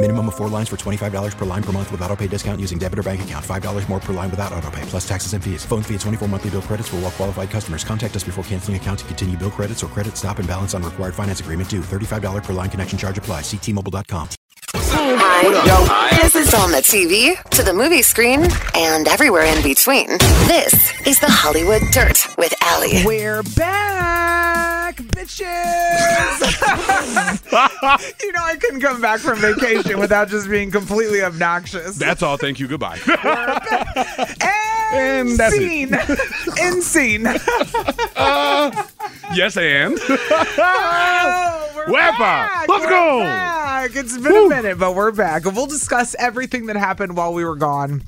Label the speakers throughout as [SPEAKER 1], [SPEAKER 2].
[SPEAKER 1] Minimum of four lines for $25 per line per month with auto pay discount using debit or bank account. $5 more per line without auto pay, plus taxes and fees. Phone fee at 24 monthly bill credits for all well qualified customers. Contact us before canceling account to continue bill credits or credit stop and balance on required finance agreement due. $35 per line connection charge apply. Ctmobile.com.
[SPEAKER 2] Hi. Hi. This is on the TV, to the movie screen, and everywhere in between. This is the Hollywood Dirt with Allie.
[SPEAKER 3] We're back, bitches. you know I couldn't come back from vacation without just being completely obnoxious.
[SPEAKER 4] That's all. Thank you. Goodbye.
[SPEAKER 3] and, and scene. End scene.
[SPEAKER 4] Uh, yes, and.
[SPEAKER 3] oh, we're
[SPEAKER 4] Wepa.
[SPEAKER 3] back.
[SPEAKER 4] Let's
[SPEAKER 3] We're
[SPEAKER 4] go.
[SPEAKER 3] back. It's been a minute, but we're back. We'll discuss everything that happened while we were gone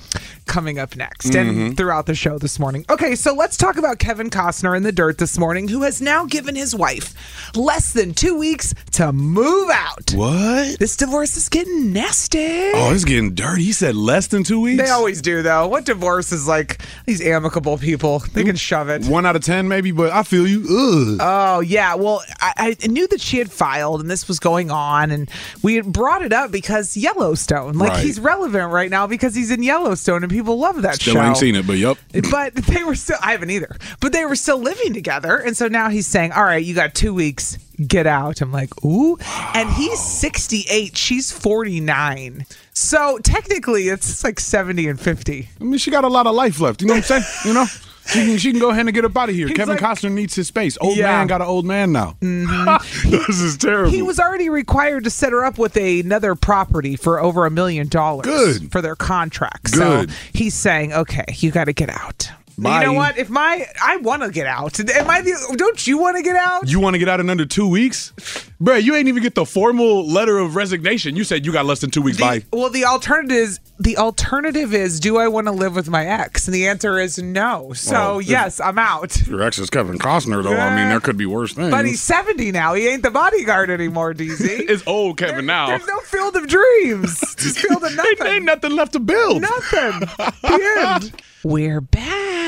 [SPEAKER 3] coming up next and throughout the show this morning.
[SPEAKER 4] Mm-hmm.
[SPEAKER 3] Okay, so let's talk about Kevin Costner in the dirt this morning, who has now given his wife less than two weeks to move out.
[SPEAKER 4] What?
[SPEAKER 3] This divorce is getting nasty.
[SPEAKER 4] Oh, it's getting dirty. He said less than two weeks.
[SPEAKER 3] They always do, though. What divorce is like these amicable people? They can shove it.
[SPEAKER 4] One out of ten, maybe, but I feel you. Ugh.
[SPEAKER 3] Oh yeah, well I, I knew that she had filed and this was going on, and we had brought it up because Yellowstone, like
[SPEAKER 4] Right.
[SPEAKER 3] he's relevant right now because he's in Yellowstone and people love that
[SPEAKER 4] Still
[SPEAKER 3] show.
[SPEAKER 4] ain't seen it, but yep.
[SPEAKER 3] But they were still, I haven't either, but they were still living together. And so now he's saying, All right, you got two weeks, get out. I'm like, Ooh. And he's 68, she's 49. So technically, it's like 70 and
[SPEAKER 4] I
[SPEAKER 3] 50.
[SPEAKER 4] mean, she got a lot of life left. You know what I'm saying? You know? She can, she can go ahead and get up out of here. Kevin
[SPEAKER 3] like-
[SPEAKER 4] Costner needs his space. Old
[SPEAKER 3] Yeah.
[SPEAKER 4] man got an old man now. this is terrible.
[SPEAKER 3] Mm-hmm. He was already required to set her up with another property for over a million dollars
[SPEAKER 4] Good.
[SPEAKER 3] for their contract.
[SPEAKER 4] Good.
[SPEAKER 3] So he's saying, okay, you got to get out. You
[SPEAKER 4] Bye.
[SPEAKER 3] know what? If my I want to get out. Am I the, don't you want to get out?
[SPEAKER 4] You want to get out in under two weeks? Bruh, you ain't even get the formal letter of resignation. You said you got less than two weeks.
[SPEAKER 3] The-
[SPEAKER 4] Bye.
[SPEAKER 3] well, the alternative is the alternative is do I want to live with my ex? And the answer is no. So
[SPEAKER 4] Well, if-
[SPEAKER 3] yes, I'm out.
[SPEAKER 4] Your ex is Kevin Costner, though. I mean, there could be worse things.
[SPEAKER 3] But he's 70 now. He ain't the bodyguard anymore, DZ.
[SPEAKER 4] it's old Kevin
[SPEAKER 3] There-
[SPEAKER 4] now.
[SPEAKER 3] There's no field of dreams. It's just field of nothing.
[SPEAKER 4] ain't, ain't nothing left to build.
[SPEAKER 3] Nothing. the end. We're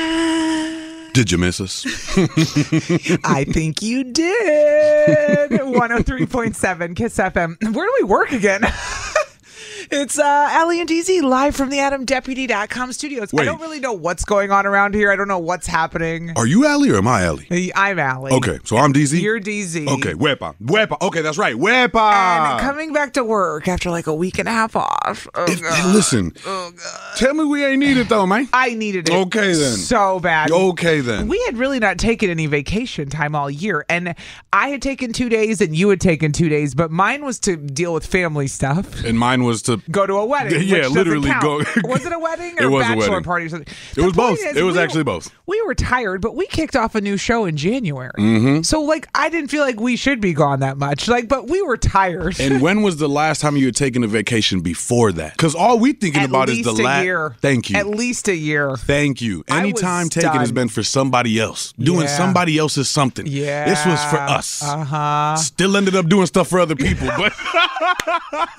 [SPEAKER 3] back.
[SPEAKER 4] Did you miss us?
[SPEAKER 3] I think you did. 103.7 Kiss FM. Where do we work again? It's uh, Allie and DZ live from the AdamDeputy.com studios. I
[SPEAKER 4] Wait.
[SPEAKER 3] don't really know what's going on around here. I don't know what's happening. Uh,
[SPEAKER 4] Are you Allie or am I Allie?
[SPEAKER 3] I'm Allie.
[SPEAKER 4] Okay, so I'm DZ.
[SPEAKER 3] You're DZ.
[SPEAKER 4] Okay, Wepa. Wepa. Okay, that's right. Wepa.
[SPEAKER 3] And coming back to work after like a week and a half off. Oh,
[SPEAKER 4] If-
[SPEAKER 3] God.
[SPEAKER 4] listen, tell me we ain't need it though, man.
[SPEAKER 3] I needed it.
[SPEAKER 4] Okay, then.
[SPEAKER 3] So bad.
[SPEAKER 4] Okay, then.
[SPEAKER 3] We had really not taken any vacation time all year. And I had taken two days and you had taken two days, but mine was to deal with family stuff.
[SPEAKER 4] and mine was to.
[SPEAKER 3] Go to a wedding.
[SPEAKER 4] Yeah,
[SPEAKER 3] which doesn't
[SPEAKER 4] literally
[SPEAKER 3] count.
[SPEAKER 4] go-
[SPEAKER 3] was it a wedding
[SPEAKER 4] It
[SPEAKER 3] or
[SPEAKER 4] was a
[SPEAKER 3] bachelor
[SPEAKER 4] wedding.
[SPEAKER 3] party or something?
[SPEAKER 4] It was both. It was actually both.
[SPEAKER 3] We were tired, but we kicked off a new show in January.
[SPEAKER 4] Mm-hmm.
[SPEAKER 3] So like I didn't feel like we should be gone that much. Like, but we were tired.
[SPEAKER 4] And when was the last time you had taken a vacation before that? Because all we thinking
[SPEAKER 3] At
[SPEAKER 4] about
[SPEAKER 3] least
[SPEAKER 4] is the
[SPEAKER 3] a
[SPEAKER 4] last.
[SPEAKER 3] year.
[SPEAKER 4] Thank you.
[SPEAKER 3] At least a year.
[SPEAKER 4] Thank you.
[SPEAKER 3] I
[SPEAKER 4] Any
[SPEAKER 3] was
[SPEAKER 4] time taken has
[SPEAKER 3] stunned.
[SPEAKER 4] been for somebody else, doing
[SPEAKER 3] Yeah.
[SPEAKER 4] somebody else's something.
[SPEAKER 3] Yeah.
[SPEAKER 4] This was for us.
[SPEAKER 3] Uh huh.
[SPEAKER 4] Still ended up doing stuff for other people, but
[SPEAKER 3] But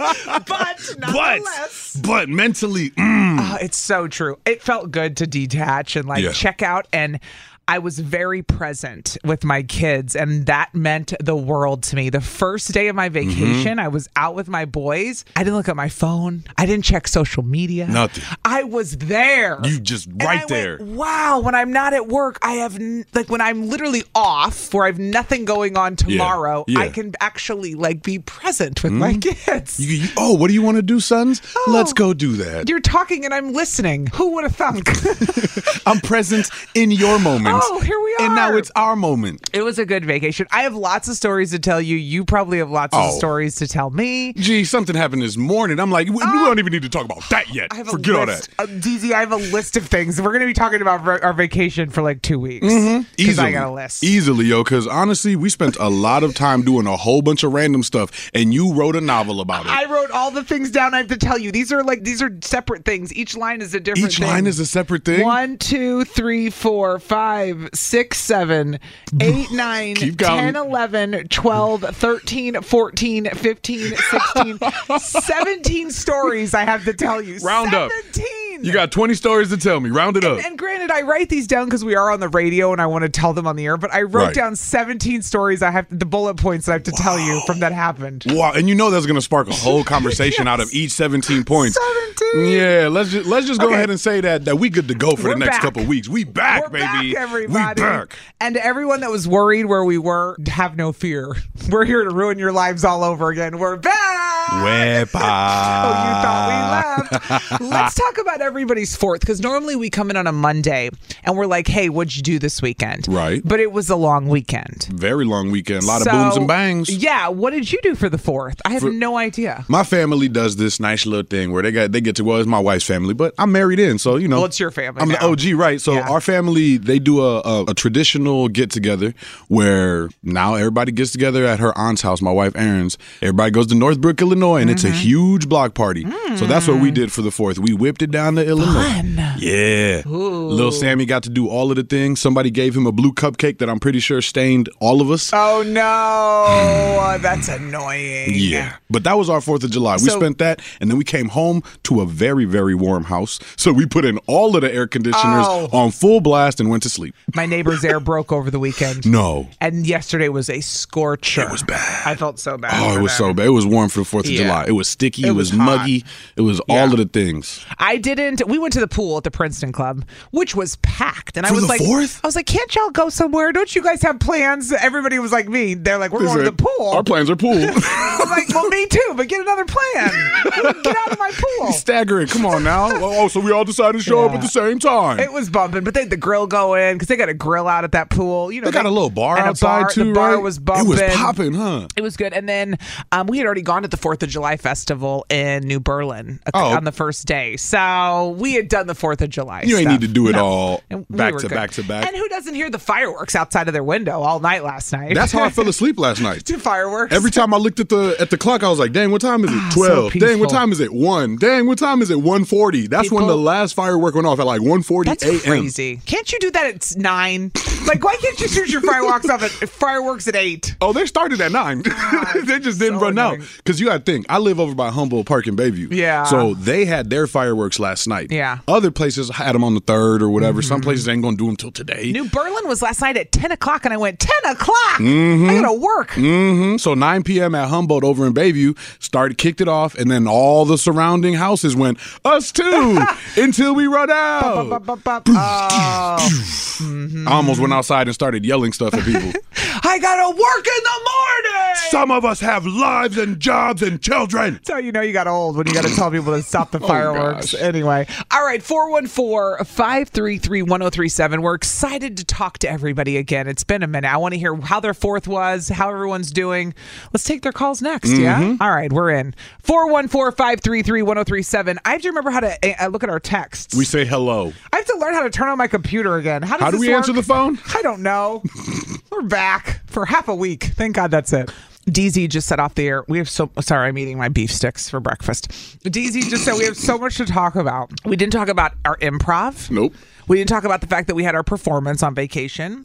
[SPEAKER 4] but
[SPEAKER 3] nonetheless.
[SPEAKER 4] but mentally, mm,
[SPEAKER 3] Oh, it's so true. It felt good to detach and like
[SPEAKER 4] Yeah.
[SPEAKER 3] check out and I was very present with my kids and that meant the world to me. The first day of my
[SPEAKER 4] Mm-hmm.
[SPEAKER 3] vacation, I was out with my boys. I didn't look at my phone. I didn't check social media.
[SPEAKER 4] Nothing.
[SPEAKER 3] I was there.
[SPEAKER 4] you just
[SPEAKER 3] And
[SPEAKER 4] right
[SPEAKER 3] I
[SPEAKER 4] there.
[SPEAKER 3] went, wow, when I'm not at work, I have n- like when I'm literally off, where I've nothing going on tomorrow,
[SPEAKER 4] yeah.
[SPEAKER 3] I can actually like be present with
[SPEAKER 5] Hmm?
[SPEAKER 3] my kids.
[SPEAKER 4] You- you- oh, what do you want to do, sons? Let's
[SPEAKER 3] Oh.
[SPEAKER 4] go do that.
[SPEAKER 3] You're talking and I'm listening. Who would have thunk?
[SPEAKER 4] I'm present in your moment.
[SPEAKER 5] times.
[SPEAKER 3] Oh, here we
[SPEAKER 5] And now
[SPEAKER 3] are.
[SPEAKER 5] it's our moment.
[SPEAKER 3] It was a good vacation. I have lots of stories to tell you. You probably have lots of
[SPEAKER 5] Oh.
[SPEAKER 3] stories to tell me.
[SPEAKER 5] Gee, something happened this morning. I'm like, we, we don't even need to talk about that yet.
[SPEAKER 3] I have
[SPEAKER 5] Forget
[SPEAKER 3] a
[SPEAKER 5] all that.
[SPEAKER 3] list. Uh, DZ, I have a list of things. We're going to be talking about our- our vacation for like two weeks. Because I got a list.
[SPEAKER 5] Mm-hmm. Easily, yo, because honestly, we spent a lot of time doing a whole bunch of random stuff, and you wrote a novel about it.
[SPEAKER 3] I wrote all the things down I have to tell you. These are like these are separate things. Each line is a different
[SPEAKER 5] Each
[SPEAKER 3] thing.
[SPEAKER 5] line is a separate thing.
[SPEAKER 3] One, two, three, four, five, six, seven, eight, nine,
[SPEAKER 5] Keep
[SPEAKER 3] ten,
[SPEAKER 5] counting.
[SPEAKER 3] eleven, twelve, thirteen, fourteen, fifteen, sixteen, seventeen stories I have to tell you.
[SPEAKER 4] Round up.
[SPEAKER 3] 17.
[SPEAKER 4] You got 20 stories to tell me. Round it up.
[SPEAKER 3] And granted, I write these down because we are on the radio and I want to tell them on the air. But I wrote
[SPEAKER 5] Right.
[SPEAKER 3] down 17 stories. I have the bullet points that I have to tell you from that happened.
[SPEAKER 5] Wow, and you know that's gonna spark a whole conversation out of each 17 points.
[SPEAKER 3] 17.
[SPEAKER 5] Yeah, let's just let's just go
[SPEAKER 3] Okay.
[SPEAKER 5] ahead and say that that we good to go for
[SPEAKER 3] We're
[SPEAKER 5] the next
[SPEAKER 3] back.
[SPEAKER 5] couple weeks. We back,
[SPEAKER 3] We're
[SPEAKER 5] baby.
[SPEAKER 3] back, everybody.
[SPEAKER 5] We back.
[SPEAKER 3] And to everyone that was worried where we were, have no fear. We're here to ruin your lives all over again. We're back.
[SPEAKER 5] Wepa.
[SPEAKER 3] Oh, you thought we left. Let's talk about everybody's fourth because normally we come in on a Monday and we're like, hey, what'd you do this weekend?
[SPEAKER 5] Right.
[SPEAKER 3] But it was a long weekend.
[SPEAKER 5] Very long weekend. A lot
[SPEAKER 3] So-
[SPEAKER 5] of booms and bangs.
[SPEAKER 3] Yeah. What did you do for the fourth? I have no idea.
[SPEAKER 5] My family does this nice little thing where they got they get to well, it's my wife's family, but I'm married in, so you know.
[SPEAKER 3] Well, it's your family
[SPEAKER 5] I'm
[SPEAKER 3] now.
[SPEAKER 5] the OG, right? So
[SPEAKER 3] Yeah.
[SPEAKER 5] our family they do a, a a traditional get together where now everybody gets together at her aunt's house, my wife Erin's. Everybody goes to Northbrook, Illinois, and
[SPEAKER 3] Mm-hmm.
[SPEAKER 5] it's a huge block party. So that's what we
[SPEAKER 3] Mm.
[SPEAKER 5] did for the fourth. We whipped it down to Illinois. Yeah. Little Sammy got to do all of the things. Somebody gave him a blue cupcake that I'm pretty sure stained all of us.
[SPEAKER 3] Oh no, that's annoying.
[SPEAKER 5] Yeah. But that was our 4th of July. we
[SPEAKER 3] So-
[SPEAKER 5] spent that and then we came home to a very, very warm house. So we put in all of the air conditioners
[SPEAKER 3] Oh.
[SPEAKER 5] on full blast and went to sleep.
[SPEAKER 3] My neighbor's air broke over the weekend.
[SPEAKER 5] No.
[SPEAKER 3] And yesterday was a scorcher. It was
[SPEAKER 5] bad.
[SPEAKER 3] I felt so bad.
[SPEAKER 5] Oh,
[SPEAKER 3] for
[SPEAKER 5] it was
[SPEAKER 3] them.
[SPEAKER 5] so bad. It was warm for the 4th of
[SPEAKER 3] Yeah.
[SPEAKER 5] July. It was sticky.
[SPEAKER 3] It
[SPEAKER 5] It,
[SPEAKER 3] was
[SPEAKER 5] was,
[SPEAKER 3] hot.
[SPEAKER 5] muggy. It was all of the things.
[SPEAKER 3] I didn't. We went to the pool at the Princeton Club, which was packed, and I
[SPEAKER 5] For
[SPEAKER 3] was
[SPEAKER 5] the
[SPEAKER 3] like,
[SPEAKER 5] fourth?
[SPEAKER 3] I was like, can't y'all go somewhere? Don't you guys have plans? Everybody was like me. They're like, we're
[SPEAKER 5] They
[SPEAKER 3] going to
[SPEAKER 5] said,
[SPEAKER 3] the pool.
[SPEAKER 5] Our plans are pool.
[SPEAKER 3] I'm like, well, me too, but get another plan. get out of my pool.
[SPEAKER 5] Staggering. Come on now. Oh, so we all decided to show up
[SPEAKER 3] Yeah.
[SPEAKER 5] at the same time.
[SPEAKER 3] It was bumping, but they had the grill going because they got a grill out at that pool. You know,
[SPEAKER 5] they got a little bar
[SPEAKER 3] and a
[SPEAKER 5] outside
[SPEAKER 3] bar-
[SPEAKER 5] too,
[SPEAKER 3] The bar
[SPEAKER 5] right?
[SPEAKER 3] was bumping.
[SPEAKER 5] It was popping, huh?
[SPEAKER 3] It was good. And then um, we had already gone to the 4th of July festival in New Berlin a-
[SPEAKER 5] Oh.
[SPEAKER 3] on the first day. So we had done the 4th of July.
[SPEAKER 5] You ain't
[SPEAKER 3] stuff.
[SPEAKER 5] need to do it
[SPEAKER 3] No.
[SPEAKER 5] all
[SPEAKER 3] And we
[SPEAKER 5] back
[SPEAKER 3] were
[SPEAKER 5] to
[SPEAKER 3] good.
[SPEAKER 5] back to back.
[SPEAKER 3] And who doesn't hear the fireworks outside of their window all night last night?
[SPEAKER 5] That's how I fell asleep last night.
[SPEAKER 3] to fireworks.
[SPEAKER 5] Every time I looked at the at the clock, I was like, "Dang, what time is it?
[SPEAKER 3] Ah, so
[SPEAKER 5] Twelve. Dang,
[SPEAKER 3] peaceful.
[SPEAKER 5] what time is it? One. Dang, what time is it? One forty. That's when the
[SPEAKER 3] People-
[SPEAKER 5] last firework went off at like one forty
[SPEAKER 3] That's
[SPEAKER 5] a.m.
[SPEAKER 3] crazy. Can't you do that at 9? Like, why can't you shoot your fireworks off at fireworks at 8?
[SPEAKER 5] Oh, they started at nine. they just didn't
[SPEAKER 3] so
[SPEAKER 5] run out.
[SPEAKER 3] annoying.
[SPEAKER 5] Because you got to think, I live over by Humboldt Park in Bayview.
[SPEAKER 3] Yeah.
[SPEAKER 5] So they had their fireworks last night.
[SPEAKER 3] Yeah. Mm-hmm.
[SPEAKER 5] Other places had them on the third or whatever. Some places ain't gonna do them till today.
[SPEAKER 3] New Berlin was last night at 10 o'clock, and I went, 10 o'clock? I gotta work.
[SPEAKER 5] Mhm. Mm-hmm. So 9 p.m. at Humboldt over in Bayview started kicked it off, and then all the surrounding houses went us too until we run out.
[SPEAKER 3] Bup, bup, bup. Oh.
[SPEAKER 5] I almost went outside and started yelling stuff at people.
[SPEAKER 3] I gotta work in the morning.
[SPEAKER 5] Some of us have lives and jobs and children. Oh,
[SPEAKER 3] That's how you know you got old when you got to tell people to stop the fireworks.
[SPEAKER 5] gosh.
[SPEAKER 3] anyway, all right, 414 533 1037. We're excited to talk to everybody again. It's been a minute. I want to hear how their fourth was, how everyone's doing. Let's take their calls next,
[SPEAKER 5] Mm-hmm.
[SPEAKER 3] yeah? All right, we're in. 414 533 1037. I have to remember how to uh, look at our texts.
[SPEAKER 5] We say hello.
[SPEAKER 3] I have to learn how to turn on my computer again. How, does
[SPEAKER 5] How do
[SPEAKER 3] this
[SPEAKER 5] we answer
[SPEAKER 3] work?
[SPEAKER 5] the phone?
[SPEAKER 3] I don't know. We're back for half a week. Thank God that's it. DZ just set off the air. We have so sorry, I'm eating my beef sticks for breakfast. DZ just said we have so much to talk about. We didn't talk about our improv.
[SPEAKER 5] Nope.
[SPEAKER 3] We didn't talk about the fact that we had our performance on vacation.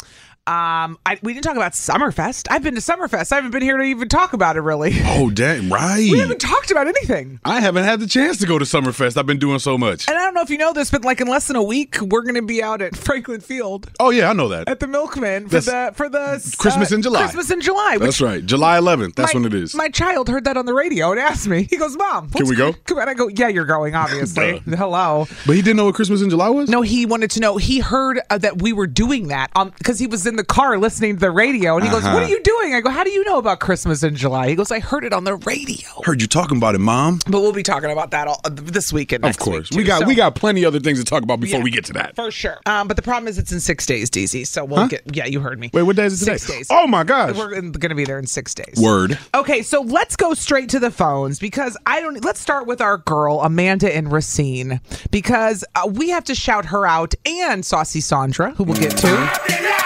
[SPEAKER 3] Um, I, we didn't talk about Summerfest. I've been to Summerfest. I haven't been here to even talk about it really.
[SPEAKER 5] Oh, damn,
[SPEAKER 3] We haven't
[SPEAKER 5] right.
[SPEAKER 3] talked about anything.
[SPEAKER 5] I haven't had the chance to go to Summerfest. I've been doing so much.
[SPEAKER 3] And I don't know if you know this, but like in less than a week, we're going to be out at Franklin Field
[SPEAKER 5] Oh, yeah, I know that.
[SPEAKER 3] at the Milkman for
[SPEAKER 5] That's-
[SPEAKER 3] the for the
[SPEAKER 5] Christmas in July.
[SPEAKER 3] Christmas in July. Which
[SPEAKER 5] That's right. July 11th. That's
[SPEAKER 3] my,
[SPEAKER 5] when it is.
[SPEAKER 3] My child heard that on the radio and asked me. He goes, "Mom, what's-
[SPEAKER 5] we go?"
[SPEAKER 3] Come on, I go, "Yeah, you're going, obviously."
[SPEAKER 5] Duh.
[SPEAKER 3] Hello.
[SPEAKER 5] but he didn't know what Christmas in July was?
[SPEAKER 3] No, he wanted to know. He heard uh, that we were doing that because he was in the car listening to the radio, and he goes,
[SPEAKER 5] Uh-huh.
[SPEAKER 3] "What are you doing?" I go, "How do you know about Christmas in July?" He goes, "I heard it on the radio."
[SPEAKER 5] Heard you talking about it, mom.
[SPEAKER 3] But we'll be talking about that all, uh, this weekend.
[SPEAKER 5] Of course, we got we got plenty other things to talk about before we get to that.
[SPEAKER 3] for sure. Um, but the problem is it's in six days, DZ. So we'll get. Yeah, you heard me.
[SPEAKER 5] Wait, what day is it today?
[SPEAKER 3] Six days.
[SPEAKER 5] Oh my gosh!
[SPEAKER 3] We're in- gonna be there in six days.
[SPEAKER 5] Word.
[SPEAKER 3] Okay, so let's go straight to the phones because I don't. Let's start with our girl Amanda and Racine because uh, we have to shout her out and Saucy Sandra, who we'll get to.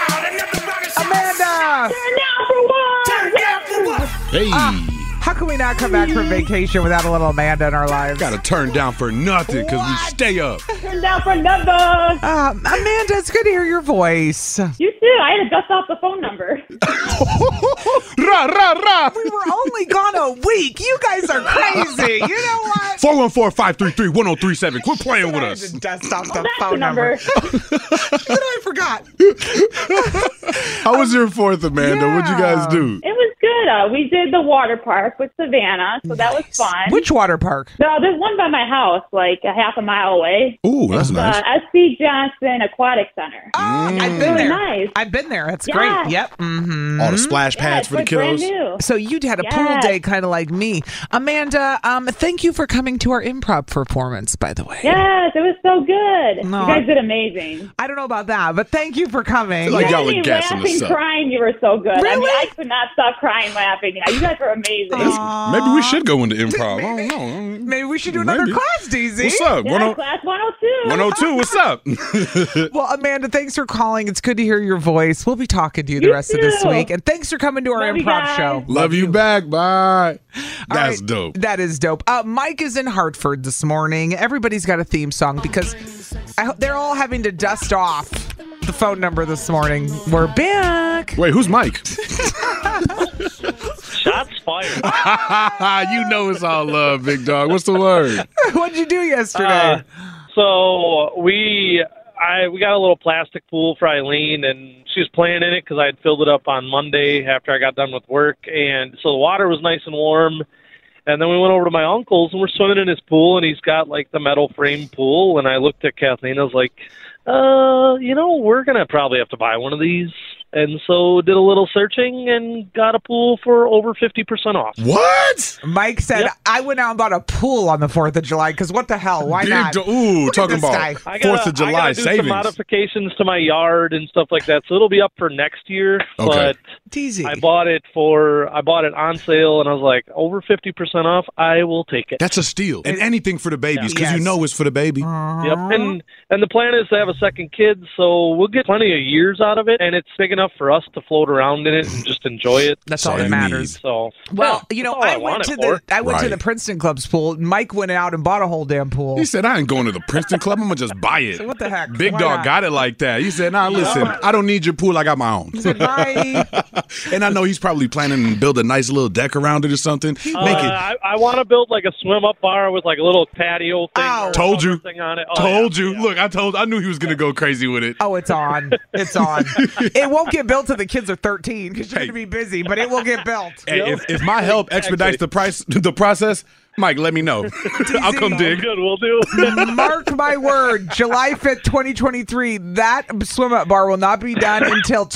[SPEAKER 3] Amanda,
[SPEAKER 5] Hey,
[SPEAKER 3] Ah, how can we not come back from vacation without a little Amanda in our lives?
[SPEAKER 5] gotta turn down for nothing because we stay up.
[SPEAKER 6] Turn down for numbers.
[SPEAKER 3] Um, Amanda, it's good to hear your voice.
[SPEAKER 6] You too. I had to dust off the phone number.
[SPEAKER 5] Ra ra ra.
[SPEAKER 3] We were only gone a week. You guys are crazy. You know what?
[SPEAKER 5] 414-533-1037. Quit playing with
[SPEAKER 3] I had
[SPEAKER 5] us.
[SPEAKER 3] to dust off
[SPEAKER 6] That's
[SPEAKER 3] the
[SPEAKER 6] the
[SPEAKER 3] phone
[SPEAKER 6] number.
[SPEAKER 3] number. But I forgot.
[SPEAKER 5] How was your fourth, Amanda? What'd you guys do?
[SPEAKER 6] It was good. Uh, we did the water park with Savannah, so that was fun.
[SPEAKER 3] Which water park?
[SPEAKER 6] No, there's one by my house, like a half a mile away.
[SPEAKER 5] Ooh, that's nice.
[SPEAKER 6] Uh, SC Johnson Aquatic Center.
[SPEAKER 3] Ah, I've been
[SPEAKER 6] Really
[SPEAKER 3] there.
[SPEAKER 6] nice.
[SPEAKER 3] I've been there. It's
[SPEAKER 6] Yeah.
[SPEAKER 3] great. Yep. Mm-hmm.
[SPEAKER 5] All the splash
[SPEAKER 6] Yeah,
[SPEAKER 5] pads
[SPEAKER 6] it's
[SPEAKER 5] for the
[SPEAKER 6] like brand
[SPEAKER 5] kiddos.
[SPEAKER 6] new.
[SPEAKER 3] So you would had a pool
[SPEAKER 6] Yes.
[SPEAKER 3] day, kind of like me, Amanda. Um, thank you for coming to our improv performance. By the way,
[SPEAKER 6] Yes, it was so good.
[SPEAKER 3] No.
[SPEAKER 6] You guys did amazing.
[SPEAKER 3] I don't know about that, but thank you for coming.
[SPEAKER 5] Like y'all
[SPEAKER 6] I
[SPEAKER 5] were
[SPEAKER 6] mean,
[SPEAKER 5] gassing
[SPEAKER 6] laughing,
[SPEAKER 5] us up.
[SPEAKER 6] crying, you were so good. I mean,
[SPEAKER 3] Really?
[SPEAKER 6] I could not stop crying, laughing. Yeah, you guys were amazing.
[SPEAKER 5] Maybe we should go into improv. I don't know.
[SPEAKER 3] Maybe we should do another
[SPEAKER 5] Maybe.
[SPEAKER 3] class, DZ.
[SPEAKER 5] What's up?
[SPEAKER 6] Yeah,
[SPEAKER 5] 10-
[SPEAKER 6] class 102.
[SPEAKER 5] 102, what's up?
[SPEAKER 3] Well, Amanda, thanks for calling. It's good to hear your voice. We'll be talking to you the
[SPEAKER 6] You
[SPEAKER 3] rest of this
[SPEAKER 6] too.
[SPEAKER 3] week, and thanks for coming to our
[SPEAKER 6] Love you
[SPEAKER 3] improv
[SPEAKER 6] guys.
[SPEAKER 3] show.
[SPEAKER 5] Love you back. Bye.
[SPEAKER 3] All
[SPEAKER 5] That's
[SPEAKER 3] right,
[SPEAKER 5] dope.
[SPEAKER 3] That is dope. Uh, Mike is in Hartford this morning. Everybody's got a theme song because I, ho- they're all having to dust off the phone number this morning. We're back.
[SPEAKER 5] Wait, who's Mike?
[SPEAKER 7] Shots fired.
[SPEAKER 5] you know it's all love, big dog. What's the word?
[SPEAKER 3] What'd you do yesterday?
[SPEAKER 7] Uh, so we I we got a little plastic pool for Eileen, and she was playing in it because I had filled it up on Monday after I got done with work, and so the water was nice and warm. And then we went over to my uncle's, and we're swimming in his pool, and he's got like the metal frame pool. And I looked at Kathleen, I was like, "Uh, you know, we're gonna probably have to buy one of these." And so did a little searching and got a pool for over fifty percent off.
[SPEAKER 5] What?
[SPEAKER 3] Mike said,
[SPEAKER 7] Yep.
[SPEAKER 3] I went out and bought a pool on the 4th of July because what the hell? Why
[SPEAKER 5] Big
[SPEAKER 3] not?
[SPEAKER 5] do- Ooh,
[SPEAKER 3] Look at
[SPEAKER 5] talking
[SPEAKER 3] this guy.
[SPEAKER 5] about
[SPEAKER 7] I gotta,
[SPEAKER 5] Fourth of
[SPEAKER 7] I
[SPEAKER 5] July
[SPEAKER 7] gotta do some
[SPEAKER 5] savings.
[SPEAKER 7] modifications to my yard and stuff like that, so it'll be up for next year.
[SPEAKER 5] Okay.
[SPEAKER 3] DZ.
[SPEAKER 7] But I bought it for I bought it on sale, and I was like over fifty percent off. I will take it.
[SPEAKER 5] That's a steal. And anything for the babies, because
[SPEAKER 3] Yes. Uh-huh.
[SPEAKER 5] you know it's for the baby.
[SPEAKER 7] Yep. And and the plan is to have a second kid, so we'll get plenty of years out of it, and it's big enough for us to float around in it and just enjoy it.
[SPEAKER 3] That's
[SPEAKER 5] all
[SPEAKER 3] all
[SPEAKER 5] you
[SPEAKER 3] that
[SPEAKER 5] need.
[SPEAKER 3] matters.
[SPEAKER 7] So
[SPEAKER 3] Well,
[SPEAKER 7] yeah,
[SPEAKER 3] you know,
[SPEAKER 7] that's all
[SPEAKER 3] I, went
[SPEAKER 7] want
[SPEAKER 3] to
[SPEAKER 7] it for.
[SPEAKER 3] the I went to
[SPEAKER 5] Right.
[SPEAKER 3] the Princeton Club's pool. Mike went out and bought a whole damn pool.
[SPEAKER 5] He said, I ain't going to the Princeton Club. I'm going to just buy it.
[SPEAKER 3] What the heck?
[SPEAKER 5] Big
[SPEAKER 3] Why
[SPEAKER 5] dog
[SPEAKER 3] not?
[SPEAKER 5] got it like that. He said, nah, listen, I don't need your pool. I got my own.
[SPEAKER 3] Bye.
[SPEAKER 5] and I know he's probably planning to build a nice little deck around it or something. Make
[SPEAKER 7] Uh,
[SPEAKER 5] it.
[SPEAKER 7] I, I want to build like a swim up bar with like a little patio thing.
[SPEAKER 3] Ow.
[SPEAKER 7] or
[SPEAKER 5] Told you.
[SPEAKER 7] something on it. Oh,
[SPEAKER 5] Told
[SPEAKER 7] yeah,
[SPEAKER 5] you.
[SPEAKER 7] yeah.
[SPEAKER 5] Look, I told I knew he was going to go crazy with it.
[SPEAKER 3] Oh, it's on. It's on. it won't get built till the kids are 13 because you're
[SPEAKER 5] Hey.
[SPEAKER 3] going to be busy, but it will get built.
[SPEAKER 5] Hey, if, if my help expedites the price, the process, Mike, let me know. I'll come
[SPEAKER 7] Sounds
[SPEAKER 5] dig.
[SPEAKER 7] good. We'll do.
[SPEAKER 3] Mark my word, July 5th, 2023, that swim up bar will not be done until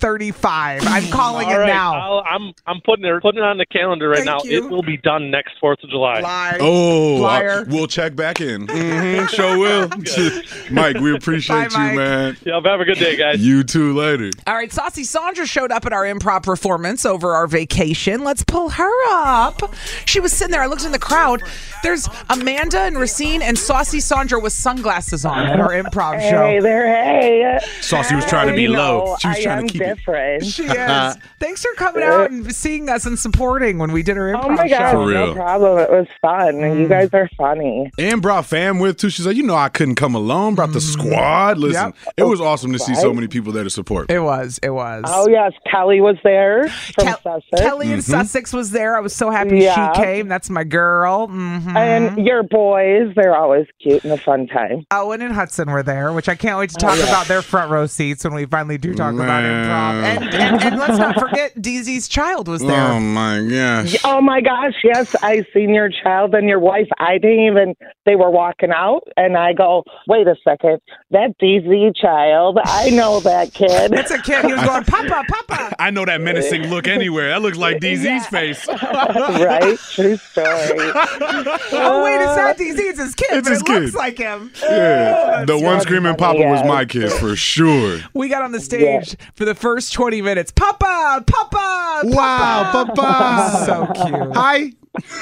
[SPEAKER 3] 2035. I'm calling
[SPEAKER 7] All
[SPEAKER 3] it
[SPEAKER 7] right,
[SPEAKER 3] now.
[SPEAKER 7] I'll, I'm I'm putting it putting it on the calendar right
[SPEAKER 3] Thank
[SPEAKER 7] now.
[SPEAKER 3] you.
[SPEAKER 7] It will be done next Fourth of July.
[SPEAKER 3] Live.
[SPEAKER 5] Oh, I-
[SPEAKER 3] Flyer. Mm-hmm.
[SPEAKER 5] we'll check back in. hmm sure will. Mike, we appreciate
[SPEAKER 3] Bye, Mike.
[SPEAKER 5] you, man.
[SPEAKER 7] Yeah, have a good day, guys.
[SPEAKER 5] You too later.
[SPEAKER 3] All right, Saucy Sandra showed up at our improv performance over our vacation. Let's pull her up. She was sitting there. I looked in the crowd. There's Amanda and Racine and Saucy Sandra with sunglasses on at our improv
[SPEAKER 6] Hey
[SPEAKER 3] show.
[SPEAKER 6] there, hey.
[SPEAKER 5] Saucy was trying to be low. She was trying to keep it.
[SPEAKER 6] different.
[SPEAKER 3] She is. Thanks for coming out and seeing us and supporting when we did our improv
[SPEAKER 6] Oh my
[SPEAKER 3] show.
[SPEAKER 6] gosh,
[SPEAKER 5] For real.
[SPEAKER 6] no problem. It was fun.
[SPEAKER 3] Mm.
[SPEAKER 6] You guys are funny.
[SPEAKER 5] And brought fam with too. She's like, you know, I couldn't come alone. Brought
[SPEAKER 8] Mm.
[SPEAKER 5] the squad. Listen, it was awesome to see so many people there to support.
[SPEAKER 3] It was. It was.
[SPEAKER 6] Oh yes, Kelly was there from
[SPEAKER 3] Kel-
[SPEAKER 6] Sussex.
[SPEAKER 5] Mm-hmm.
[SPEAKER 3] Kelly in Sussex was there. I was so happy
[SPEAKER 6] Yeah.
[SPEAKER 3] she came. That's my girl. girl. Mm-hmm.
[SPEAKER 8] And your boys, they're always cute and a fun time. Oh,
[SPEAKER 3] Owen and Hudson were there, which I can't wait to talk
[SPEAKER 6] Oh,
[SPEAKER 8] yeah.
[SPEAKER 3] about their front row seats when we finally do talk about improv. And, and, and let's not forget, DZ's child was there.
[SPEAKER 5] Oh my gosh.
[SPEAKER 8] Y- Oh my gosh, yes, I seen your child and your wife. I didn't even they were walking out and I go, Wait a second, that DZ child, I know that kid.
[SPEAKER 3] That's a kid. He was going, Papa, Papa.
[SPEAKER 4] I know that menacing look anywhere. That looks like DZ's face.
[SPEAKER 8] right? True story.
[SPEAKER 3] Oh, wait, it's not DZ, it's his kid,
[SPEAKER 5] It's
[SPEAKER 3] but
[SPEAKER 5] his
[SPEAKER 3] it looks
[SPEAKER 5] kid.
[SPEAKER 3] like him.
[SPEAKER 5] Yeah. The one screaming Papa was
[SPEAKER 3] yes.
[SPEAKER 5] my kid for sure.
[SPEAKER 3] We got on the stage for the first 20 minutes. Papa, Papa,
[SPEAKER 5] Wow, Papa.
[SPEAKER 3] so cute.
[SPEAKER 5] Hi.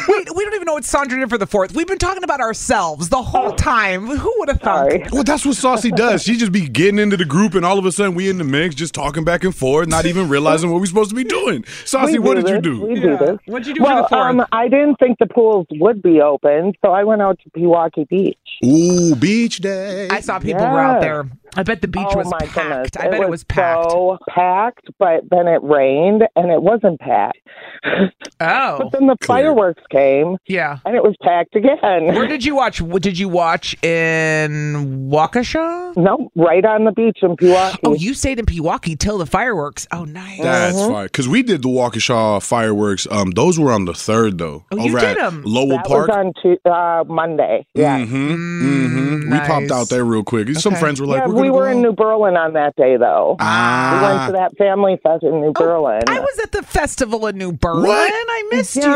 [SPEAKER 3] Wait, we don't even know it's Sandra in for the fourth. We've been talking about ourselves the whole time. Who would have thought?
[SPEAKER 5] Well, that's what Saucy does. She just be getting into the group, and all of a sudden we in the mix, just talking back and forth, not even realizing what we're supposed to be doing. Saucy,
[SPEAKER 8] We
[SPEAKER 5] what
[SPEAKER 8] do
[SPEAKER 5] did you
[SPEAKER 8] this.
[SPEAKER 5] do?
[SPEAKER 8] We do this.
[SPEAKER 3] What'd
[SPEAKER 5] you do for
[SPEAKER 8] well,
[SPEAKER 5] the fourth?
[SPEAKER 8] Um, I didn't think the pools would be open, so I went out to Pewaukee Beach.
[SPEAKER 5] Ooh, beach day.
[SPEAKER 3] I saw people were out
[SPEAKER 8] Yeah.
[SPEAKER 3] there. I bet the beach
[SPEAKER 8] oh
[SPEAKER 3] was
[SPEAKER 8] my
[SPEAKER 3] packed.
[SPEAKER 8] Goodness.
[SPEAKER 3] I bet it was
[SPEAKER 8] packed. So packed, but then it rained and it wasn't packed.
[SPEAKER 3] Oh.
[SPEAKER 8] But then the fireworks came.
[SPEAKER 3] Yeah.
[SPEAKER 8] And it was packed again.
[SPEAKER 3] Where did you watch? What Did you watch in Waukesha?
[SPEAKER 8] No, right on the beach in Pewaukee.
[SPEAKER 3] Oh, you stayed in Pewaukee till the fireworks. Oh, nice.
[SPEAKER 5] That's
[SPEAKER 8] Mm-hmm.
[SPEAKER 5] fine. Because we did the Waukesha fireworks. Um, those were on the third though.
[SPEAKER 8] Oh,
[SPEAKER 3] you
[SPEAKER 5] over
[SPEAKER 3] did
[SPEAKER 5] at
[SPEAKER 3] 'em.
[SPEAKER 5] Lowell
[SPEAKER 8] that
[SPEAKER 5] Park.
[SPEAKER 8] was on Tu- uh, Monday. Yeah.
[SPEAKER 5] Mm-hmm. mm-hmm. We popped out there real quick. Some friends were like,
[SPEAKER 8] yeah,
[SPEAKER 5] "We're
[SPEAKER 8] we
[SPEAKER 5] gonna
[SPEAKER 8] were
[SPEAKER 5] go Ah.
[SPEAKER 8] in New Berlin on that day, though. We went to that family fest in New Berlin.
[SPEAKER 3] Oh, I was at the festival in New Berlin. I missed
[SPEAKER 8] yes,
[SPEAKER 3] you.
[SPEAKER 8] Uh,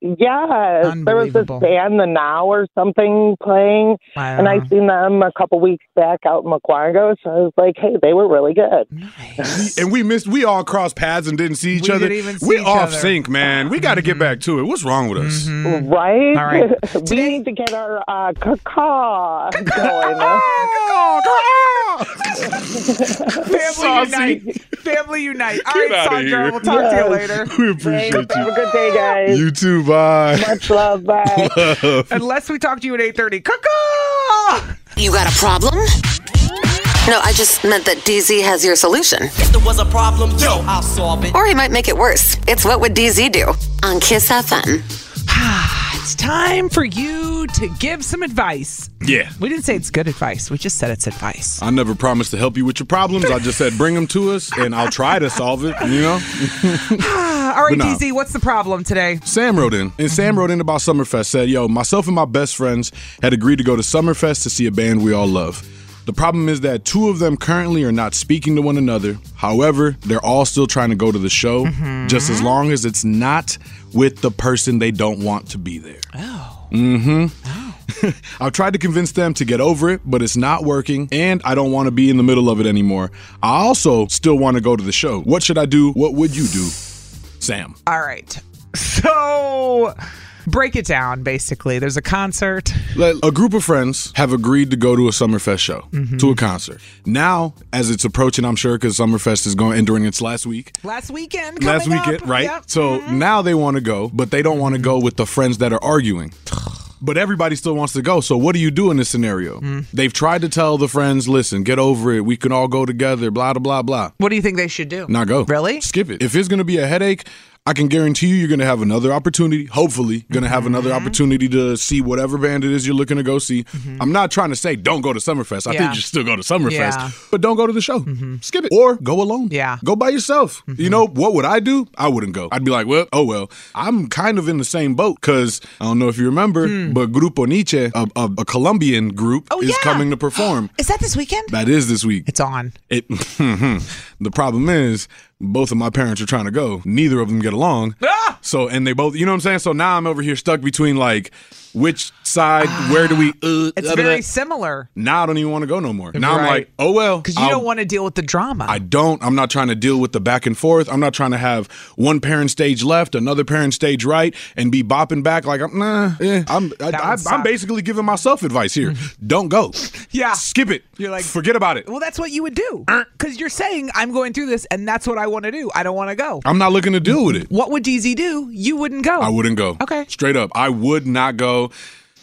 [SPEAKER 8] yes. There was this band, The Now or something, playing. And I seen them a couple weeks back out in McQuango. So I was like, hey, they were really good.
[SPEAKER 5] out." and we missed. We all crossed paths and didn't see each
[SPEAKER 8] We
[SPEAKER 5] other.
[SPEAKER 8] didn't even see
[SPEAKER 5] we
[SPEAKER 8] each
[SPEAKER 5] off
[SPEAKER 8] other. Mm-hmm.
[SPEAKER 5] sync, man. We got to get back to it. What's wrong with us?
[SPEAKER 8] Right?
[SPEAKER 5] All right.
[SPEAKER 8] we need to get our uh, caw
[SPEAKER 3] Oh,
[SPEAKER 8] going.
[SPEAKER 3] Family unite. Family unite. All
[SPEAKER 8] Get
[SPEAKER 3] right,
[SPEAKER 8] outta
[SPEAKER 3] Sandra.
[SPEAKER 8] here.
[SPEAKER 3] We'll talk to
[SPEAKER 8] Yes.
[SPEAKER 3] you later.
[SPEAKER 5] We appreciate
[SPEAKER 8] Thanks.
[SPEAKER 5] you.
[SPEAKER 8] Have a good day, guys.
[SPEAKER 5] You too. Bye.
[SPEAKER 8] Much love. Bye.
[SPEAKER 5] Love.
[SPEAKER 3] Unless we talk to you at eight thirty. Cuckoo.
[SPEAKER 2] You got a problem? No, I just meant that DZ has your solution.
[SPEAKER 9] If there was a problem, yo, I'll solve it.
[SPEAKER 2] Or he might make it worse. It's What Would DZ Do? on Kiss FM.
[SPEAKER 3] It's time for you to give some advice.
[SPEAKER 5] Yeah.
[SPEAKER 3] We didn't say it's good advice. We just said it's advice.
[SPEAKER 5] I never promised to help you with your problems. I just said bring them to us, and I'll try to solve it. You know.
[SPEAKER 3] Ah, All right,
[SPEAKER 5] But nah.
[SPEAKER 3] DZ, what's the problem today?
[SPEAKER 5] Sam wrote in, and Sam wrote in about Summerfest. Said, "Yo, myself and my best friends had agreed to go to Summerfest to see a band we all love. The problem is that two of them currently are not speaking to one another. However, they're all still trying to go to the show, just as long as it's not with the person they don't want to be there." Oh. Mm-hmm. I've tried to convince them to get over it, but it's not working, and I don't want to be in the middle of it anymore. I also still want to go to the show. What should I do? What would you do, Sam?
[SPEAKER 3] All right. So break it down, basically. There's a concert.
[SPEAKER 5] Like, a group of friends have agreed to go to a Summerfest show,
[SPEAKER 3] Mm-hmm.
[SPEAKER 5] to a concert. Now, as it's approaching, I'm sure, because Summerfest is going entering its last week.
[SPEAKER 3] Last weekend.
[SPEAKER 5] last
[SPEAKER 3] coming up.
[SPEAKER 5] weekend, right?
[SPEAKER 3] Yep. Mm-hmm.
[SPEAKER 5] So now they want to go, but they don't want to go with the friends that are arguing. But everybody still wants to go. So what do you do in this scenario?
[SPEAKER 3] Mm.
[SPEAKER 5] They've tried to tell the friends, listen, get over it. We can all go together, blah, blah, blah, blah.
[SPEAKER 3] What do you think they should do?
[SPEAKER 5] Not go. Really? Skip it. If it's going to be a headache, I can guarantee you you're going to have another opportunity. Hopefully, going to have another
[SPEAKER 3] Mm-hmm.
[SPEAKER 5] opportunity to see whatever band it is you're looking to go see. I'm not trying to say don't go to Summerfest. I
[SPEAKER 3] Yeah.
[SPEAKER 5] think you should still go to Summerfest,
[SPEAKER 3] Yeah. Mm-hmm.
[SPEAKER 5] but don't go to the show. Skip it or go alone. Yeah. Go by yourself. You know, what would I do? I wouldn't go. I'd be like, well, oh well. I'm kind of in the same boat because I don't know if you remember,
[SPEAKER 3] Hmm.
[SPEAKER 5] but Grupo Nietzsche, a, a, a Colombian group, is coming to perform.
[SPEAKER 3] Oh, Is that this weekend?
[SPEAKER 5] That is this week.
[SPEAKER 3] It's on.
[SPEAKER 5] It. the problem is, both of my parents are trying to go. Neither of them get along. So, and they both, you know what I'm saying. So now I'm over here stuck between like, which side? where do we? Uh,
[SPEAKER 3] It's
[SPEAKER 5] da, da, da.
[SPEAKER 3] very similar.
[SPEAKER 5] Now I don't even want to go no more. Now I'm
[SPEAKER 3] Right.
[SPEAKER 5] like, oh well,
[SPEAKER 3] Because you
[SPEAKER 5] I'll-
[SPEAKER 3] don't want to deal with the drama.
[SPEAKER 5] I don't. I'm not trying to deal with the back and forth. I'm not trying to have one parent stage left, another parent stage right, and be bopping back like I'm. Nah, eh. I'm. I, I, I'm basically giving myself advice here. don't go.
[SPEAKER 3] Mm-hmm. Yeah.
[SPEAKER 5] Skip it. You're like, forget about it.
[SPEAKER 3] Well, that's what you would do.
[SPEAKER 5] Uh.
[SPEAKER 3] Because you're saying, I'm going through this, and that's what I want to do. I don't want to go.
[SPEAKER 5] I'm not looking to deal with it.
[SPEAKER 3] What would DZ do? You wouldn't go.
[SPEAKER 5] I wouldn't go.
[SPEAKER 3] Okay.
[SPEAKER 5] Straight up. I would not go.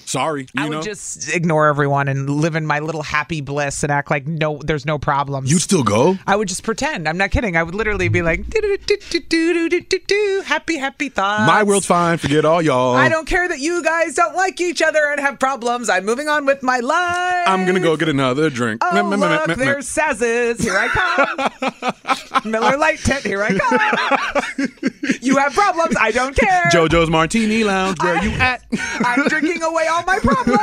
[SPEAKER 5] Sorry. You
[SPEAKER 3] I would
[SPEAKER 5] know?
[SPEAKER 3] just ignore everyone and live in my little happy bliss and act like no, there's no problems.
[SPEAKER 5] You'd still go?
[SPEAKER 3] I would just pretend. I'm not kidding. I would literally be like, "Do-do-do-do-do-do-do-do-do. happy, happy thoughts.
[SPEAKER 5] My oh. world's fine. Forget all y'all.
[SPEAKER 3] I don't care that you guys don't like each other and have problems. I'm moving on with my life.
[SPEAKER 5] I'm gonna go get another drink.
[SPEAKER 3] Oh,
[SPEAKER 5] Meh, meh, meh, meh,
[SPEAKER 3] look,
[SPEAKER 5] meh, meh.
[SPEAKER 3] there's Sazes. Here I come. Miller Light Tent. Here I come. you have problems. I don't care.
[SPEAKER 5] JoJo's Martini Lounge. Where you at?
[SPEAKER 3] I'm drinking away all my problems.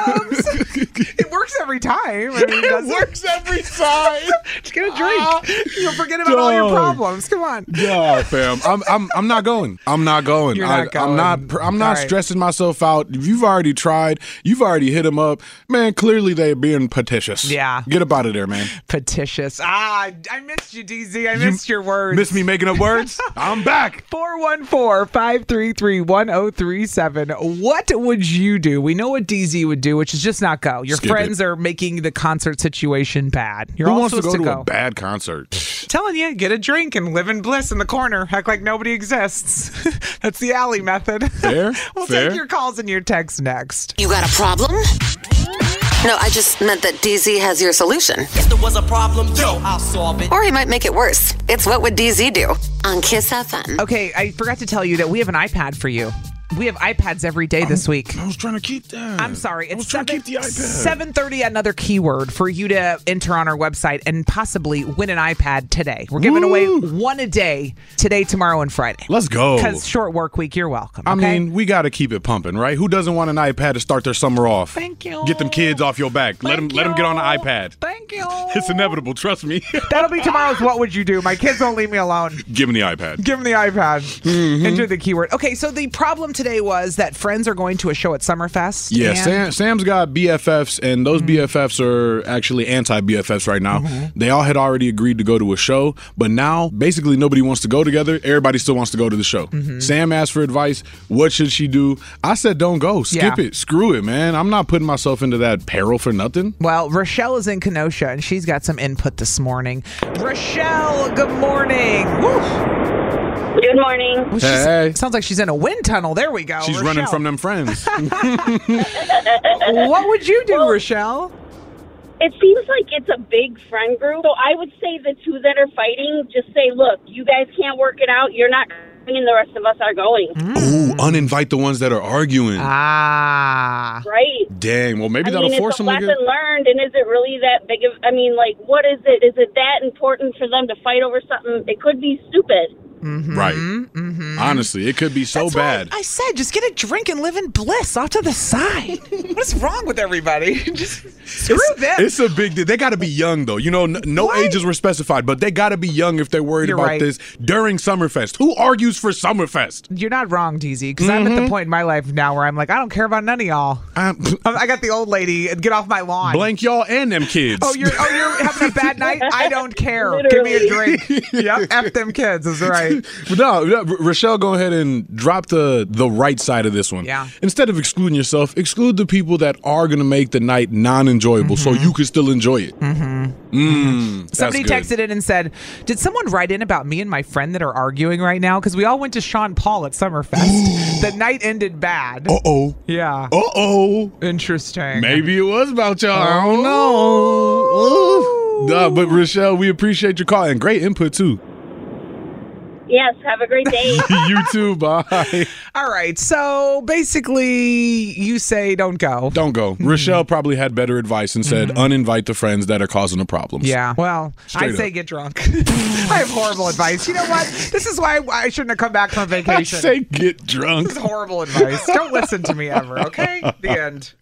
[SPEAKER 3] it works every time. I mean,
[SPEAKER 5] It
[SPEAKER 3] does
[SPEAKER 5] works every time. Ah.
[SPEAKER 3] Just get a drink. You'll forget about all your
[SPEAKER 5] Dog.
[SPEAKER 3] problems. Come on.
[SPEAKER 5] Yeah, fam. I'm, I'm I'm not going. I'm not going.
[SPEAKER 3] You're not
[SPEAKER 5] I, I'm not.
[SPEAKER 3] going.
[SPEAKER 5] pr- I'm not
[SPEAKER 3] All right.
[SPEAKER 5] stressing myself out. If You've already tried. You've already hit them up, man. Clearly they're being petitious.
[SPEAKER 3] Yeah.
[SPEAKER 5] Get up out of there, man.
[SPEAKER 3] Petitious. Ah, I missed you, DZ. I missed your words.
[SPEAKER 5] Miss me making up words? I'm back.
[SPEAKER 3] 414 533 1037. What would you do? We know what DZ would do, which is just not go. Your
[SPEAKER 5] Skip
[SPEAKER 3] friends
[SPEAKER 5] it.
[SPEAKER 3] are making the concert situation bad. You're
[SPEAKER 5] Who
[SPEAKER 3] all
[SPEAKER 5] wants to
[SPEAKER 3] supposed
[SPEAKER 5] go to,
[SPEAKER 3] to
[SPEAKER 5] a bad concert?
[SPEAKER 3] Telling you, get a drink and live in bliss in the corner. Act like nobody exists. That's the alley method.
[SPEAKER 5] Fair.
[SPEAKER 3] we'll
[SPEAKER 5] fair.
[SPEAKER 3] take your calls and your texts next.
[SPEAKER 2] You got a problem? No, I just meant that DZ has your solution.
[SPEAKER 9] If there was a problem, yo, I'll solve it.
[SPEAKER 2] Or he might make it worse. It's what would DZ do on Kiss FM?
[SPEAKER 3] Okay, I forgot to tell you that we have an iPad for you. We have iPads every day this week.
[SPEAKER 5] I was trying to keep that.
[SPEAKER 3] I'm sorry. It's
[SPEAKER 5] I was trying to keep the iPad.
[SPEAKER 3] 7:30 another keyword for you to enter on our website and possibly win an iPad today. We're giving away one a day today, tomorrow and Friday.
[SPEAKER 5] Let's go.
[SPEAKER 3] Cuz short work week, you're welcome.
[SPEAKER 5] I
[SPEAKER 3] okay?
[SPEAKER 5] mean, we got to keep it pumping, right? Who doesn't want an iPad to start their summer off? Thank you. Get them kids off your back. let them let them get on the iPad.
[SPEAKER 3] Thank you.
[SPEAKER 5] It's inevitable. Trust me.
[SPEAKER 3] That'll be tomorrow's what would you do? My kids won't leave me alone.
[SPEAKER 5] Give them the iPad.
[SPEAKER 3] Give them the iPad.
[SPEAKER 5] Mm-hmm.
[SPEAKER 3] Enter the keyword. Okay, so the problem today was that friends are going to a show at Summerfest.
[SPEAKER 5] Yeah,
[SPEAKER 3] and- Mm-hmm.
[SPEAKER 5] Sam, Sam's got BFFs, and those BFFs are actually anti BFFs right now. They all had already agreed to go to a show, but now basically nobody wants to go together. Everybody still wants to go to the show.
[SPEAKER 3] Mm-hmm.
[SPEAKER 5] Sam asked for advice. What should she do? I said, don't go. Skip
[SPEAKER 3] Yeah.
[SPEAKER 5] it. Screw it, man. I'm not putting myself into that peril for nothing.
[SPEAKER 3] Well, Rochelle is in Kenosha and she's got some input this morning. Rochelle, good morning. Woo.
[SPEAKER 6] Good morning.
[SPEAKER 5] Hey.
[SPEAKER 3] Sounds like she's in a wind tunnel. There we go.
[SPEAKER 5] She's running from them friends.
[SPEAKER 3] Rochelle. what would you do, Rochelle?
[SPEAKER 6] It seems like it's a big friend group. So I would say the two that are fighting, just say, look, you guys can't work it out. You're not going, and the rest of us are going.
[SPEAKER 5] Ooh, uninvite the ones that are arguing.
[SPEAKER 3] Ah.
[SPEAKER 6] Right?
[SPEAKER 5] Dang. Well, maybe
[SPEAKER 6] I
[SPEAKER 5] that'll
[SPEAKER 6] mean,
[SPEAKER 5] force
[SPEAKER 6] it's a
[SPEAKER 5] them to
[SPEAKER 6] lesson
[SPEAKER 5] get.
[SPEAKER 6] learned, and is it really that big of? I mean, like, what is it? Is it that important for them to fight over something? It could be stupid.
[SPEAKER 3] Mm-hmm,
[SPEAKER 5] Right. Honestly, it could be so bad.
[SPEAKER 3] I said, just get a drink and live in bliss off to the side. What's wrong with everybody? just screw them.
[SPEAKER 5] It's a big deal. They got to be young, though. You know, n- no ages were specified, but they got to be young if they're worried
[SPEAKER 3] You're
[SPEAKER 5] about
[SPEAKER 3] right.
[SPEAKER 5] this during Summerfest. Who argues for Summerfest?
[SPEAKER 3] You're not wrong, DZ, because I'm
[SPEAKER 5] Mm-hmm.
[SPEAKER 3] at the point in my life now where I'm like, I don't care about none of y'all. Um,
[SPEAKER 5] I'm,
[SPEAKER 3] I got the old lady. uh, Get off my lawn.
[SPEAKER 5] Blank y'all and them kids.
[SPEAKER 3] Oh, you're oh you're having a bad night. I don't care. Give me a drink. yep, f them kids is right.
[SPEAKER 5] But no, no, R- Rochelle, go ahead and drop the the right side of this one.
[SPEAKER 3] Yeah.
[SPEAKER 5] Instead of excluding yourself, exclude the people that are gonna make the night non-enjoyable, so you can still enjoy it. Mm-hmm.
[SPEAKER 3] Mm-hmm. Somebody texted in and said, "Did someone write in about me and my friend that are arguing right now? Because we all went to Sean Paul at Summerfest. the night ended bad.
[SPEAKER 5] Uh oh.
[SPEAKER 3] Yeah,
[SPEAKER 5] Uh oh.
[SPEAKER 3] interesting.
[SPEAKER 5] Maybe it was about y'all. I don't know.
[SPEAKER 3] Oh.
[SPEAKER 5] Ooh. Nah, but Rochelle, we appreciate your call and great input too.
[SPEAKER 6] Yes. Have a great day.
[SPEAKER 5] you too. Bye.
[SPEAKER 3] All right. So basically, you say don't go. Mm-hmm.
[SPEAKER 5] Don't go. Rochelle probably had better advice and said uninvite the friends that are causing the problems.
[SPEAKER 3] Yeah. Well,
[SPEAKER 5] Straight
[SPEAKER 3] I
[SPEAKER 5] up.
[SPEAKER 3] say get drunk. I have horrible advice. You know what? This is why I shouldn't have come back from
[SPEAKER 5] I
[SPEAKER 3] vacation.
[SPEAKER 5] say get drunk.
[SPEAKER 3] This is horrible advice. Don't listen to me ever, okay? The end.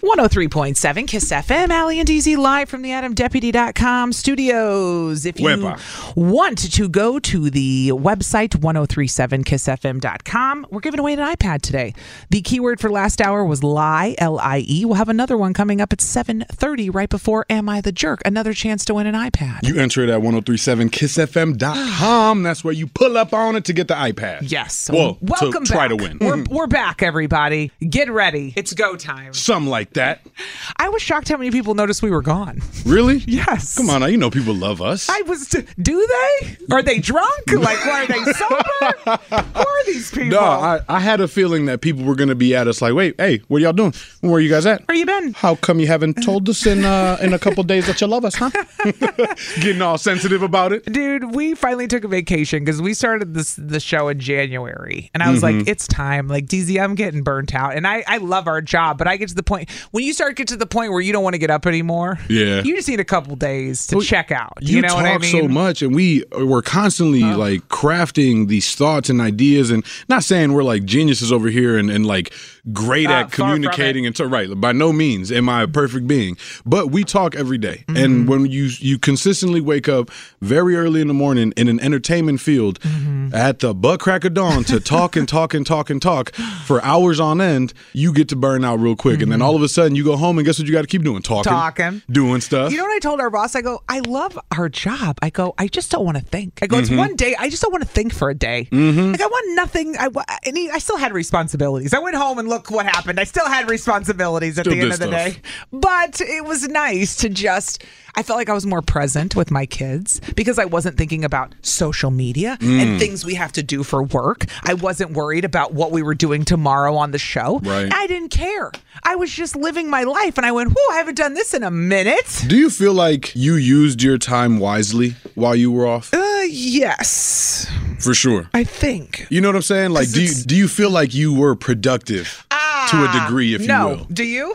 [SPEAKER 3] 103.7 Kiss FM, Allie and DZ live from the AdamDeputy.com studios. If you
[SPEAKER 5] Wepa.
[SPEAKER 3] want to go to the website 1037kissfm.com, we're giving away an iPad today. The keyword for last hour was lie, L I E. We'll have another one coming up at 7:30 right before Am I the Jerk? Another chance to win an iPad.
[SPEAKER 5] You enter it at 1037kissfm.com. That's where you pull up on it to get the iPad.
[SPEAKER 3] Yes.
[SPEAKER 5] Well,
[SPEAKER 3] Welcome
[SPEAKER 5] to try
[SPEAKER 3] back.
[SPEAKER 5] to win. Mm-hmm.
[SPEAKER 3] We're, we're back everybody. Get ready. It's go time.
[SPEAKER 5] Something like
[SPEAKER 4] like that.
[SPEAKER 3] I was shocked how many people noticed we were gone.
[SPEAKER 4] Really?
[SPEAKER 3] Yes.
[SPEAKER 4] Come on, now, you know people love us.
[SPEAKER 3] I was. Do they? Are they drunk? Like, why are they sober? Who are these people?
[SPEAKER 5] No, I, I had a feeling that people were gonna be at us like, wait, hey, what y'all doing? Where you guys at?
[SPEAKER 3] Where you been?
[SPEAKER 5] How come you haven't told us in uh, in a couple days that you love us, huh? Getting all sensitive about it.
[SPEAKER 3] Dude, we finally took a vacation because we started this the show in January, and I was
[SPEAKER 5] Mhm.
[SPEAKER 3] like, it's time. Like, DZ, I'm getting burnt out, and I I love our job, but I get to the point when you start to get to the point where you don't want to get up anymore.
[SPEAKER 5] Yeah.
[SPEAKER 3] you just need a couple days to check out. You,
[SPEAKER 5] You,
[SPEAKER 3] know
[SPEAKER 5] talk
[SPEAKER 3] what I mean?
[SPEAKER 5] so much, and we we're constantly like crafting these thoughts and ideas, and not saying we're like geniuses over here and, and like great
[SPEAKER 4] Ah,
[SPEAKER 5] at
[SPEAKER 4] far from
[SPEAKER 5] communicating and so right. By no means am I a perfect being, but we talk every day.
[SPEAKER 3] Mm-hmm.
[SPEAKER 5] and when you you consistently wake up very early in the morning in an entertainment field
[SPEAKER 3] Mm-hmm.
[SPEAKER 5] at the butt crack of dawn to talk and talk and talk and talk for hours on end, you get to burn out real quick, and then all of a sudden you go home and guess what you got to keep doing talking,
[SPEAKER 3] Mm-hmm. Talking.
[SPEAKER 5] doing stuff.
[SPEAKER 3] You know what I told our boss? I go, I love our job. I go, I just don't want to think. I go, it's
[SPEAKER 5] Mhm.
[SPEAKER 3] one day. I just don't want to think for a day.
[SPEAKER 5] Mhm.
[SPEAKER 3] Like I want nothing. I wa- and he, I still had responsibilities. I went home and look what happened. I still had responsibilities at
[SPEAKER 5] Still
[SPEAKER 3] the end
[SPEAKER 5] did
[SPEAKER 3] of the
[SPEAKER 5] stuff.
[SPEAKER 3] day, but it was nice to just. I felt like I was more present with my kids because I wasn't thinking about social media
[SPEAKER 10] Mm.
[SPEAKER 3] and things we have to do for work. I wasn't worried about what we were doing tomorrow on the show.
[SPEAKER 5] Right.
[SPEAKER 3] I didn't care. I was just living my life, and I went, "Whoa, I haven't done this in a minute."
[SPEAKER 5] Do you feel like you used your time wisely while you were off?
[SPEAKER 3] Uh, yes,
[SPEAKER 5] For sure.
[SPEAKER 3] I think.
[SPEAKER 5] You know what I'm saying? Like, do you, do you feel like you were productive to a degree, if
[SPEAKER 3] Ah, no.
[SPEAKER 5] you will?
[SPEAKER 3] Do you?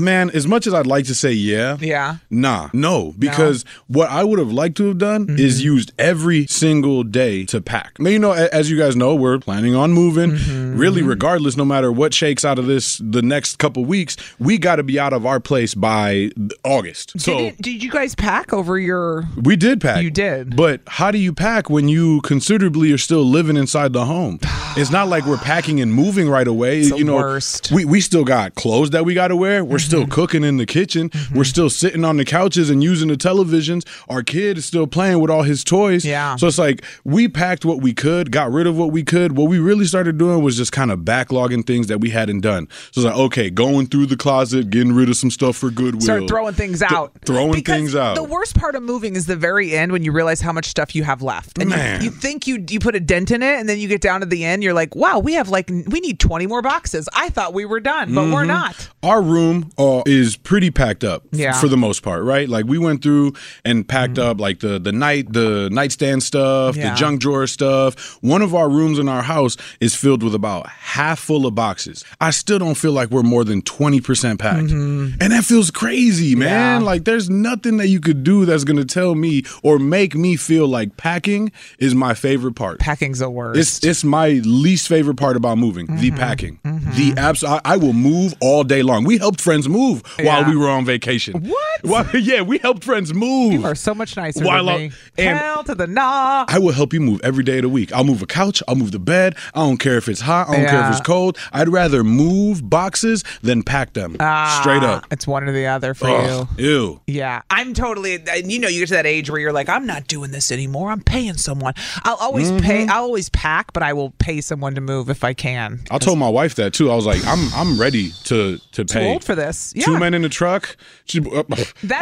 [SPEAKER 5] Man, as much as I'd like to say yeah,
[SPEAKER 3] Yeah.
[SPEAKER 5] nah, no, because what I would have liked to have done
[SPEAKER 3] Mm-hmm.
[SPEAKER 5] is used every single day to pack. Now, you know, a- as you guys know, we're planning on moving.
[SPEAKER 3] Mm-hmm.
[SPEAKER 5] Really, regardless, no matter what shakes out of this the next couple weeks, we got to be out of our place by August. So.
[SPEAKER 3] Did, did you guys pack over your?
[SPEAKER 5] We did pack. You
[SPEAKER 3] did.
[SPEAKER 5] But how do you pack when you considerably are still living inside the home? It's not like we're packing and moving right away.
[SPEAKER 3] It's the
[SPEAKER 5] you know,
[SPEAKER 3] worst. Mm-hmm.
[SPEAKER 5] we we still got clothes that we got to wear. We're still cooking in the kitchen. We're still sitting on the couches and using the televisions. Our kid is still playing with all his toys. Yeah. So it's like we packed what we could, got rid of what we could. What we really started doing was just kind of backlogging things that we hadn't done. So it's like okay, going through the closet, getting rid of some stuff for Goodwill. uh,
[SPEAKER 3] Start throwing things
[SPEAKER 5] Th-
[SPEAKER 3] out.
[SPEAKER 5] throwing things out.
[SPEAKER 3] The worst part of moving is the very end when you realize how much stuff you have left, and you-
[SPEAKER 5] Man.
[SPEAKER 3] You, think you you put a dent in it, and then you get down to the end, you're like, wow, we have like we need 20 more boxes. I thought we were done, but we're
[SPEAKER 5] Mhm.
[SPEAKER 3] not.
[SPEAKER 5] Our room uh, is pretty packed up f-
[SPEAKER 3] Yeah. Mm-hmm.
[SPEAKER 5] for the most part, right? Like we went through and packed up like the the night the nightstand stuff,
[SPEAKER 4] Yeah.
[SPEAKER 5] the junk drawer stuff. One of our rooms in our house is filled with about half full of boxes. I still don't feel like we're more than 20% packed.
[SPEAKER 3] Mm.
[SPEAKER 10] Mm-hmm.
[SPEAKER 5] And that feels crazy, man. Like there's nothing that you could do that's going to tell me or make me feel like packing is my favorite part.
[SPEAKER 3] Packing's the worst.
[SPEAKER 5] It's it's my least favorite part about moving, the
[SPEAKER 3] Mm-hmm.
[SPEAKER 5] packing. The abs I, I will move all day long. We helped friends move while
[SPEAKER 3] Yeah.
[SPEAKER 5] we were on vacation. What? yeah, we helped friends move. You are
[SPEAKER 3] so much nicer
[SPEAKER 5] While
[SPEAKER 3] than
[SPEAKER 5] I-
[SPEAKER 3] me.
[SPEAKER 5] and-
[SPEAKER 3] Hell to the nah.
[SPEAKER 5] I will help you move every day of the week. I'll move a couch. I'll move the bed. I don't care if it's hot. I don't care if
[SPEAKER 3] Yeah.
[SPEAKER 5] it's cold. I'd rather move boxes than pack them.
[SPEAKER 3] Ah,
[SPEAKER 5] Straight up.
[SPEAKER 3] It's one or the other for you.
[SPEAKER 5] Ugh, Ew.
[SPEAKER 3] Yeah, I'm totally. And you know, you get to that age where you're like, I'm not doing this anymore. I'm paying someone. I'll always
[SPEAKER 5] Mm-hmm.
[SPEAKER 3] pay. I'll always pack, but I will pay someone to move if I can.
[SPEAKER 5] I told my wife that too. I was like, I'm I'm ready to to
[SPEAKER 3] Too
[SPEAKER 5] pay.
[SPEAKER 3] old for this. Yeah.
[SPEAKER 5] Two men in the truck. She, uh, I'll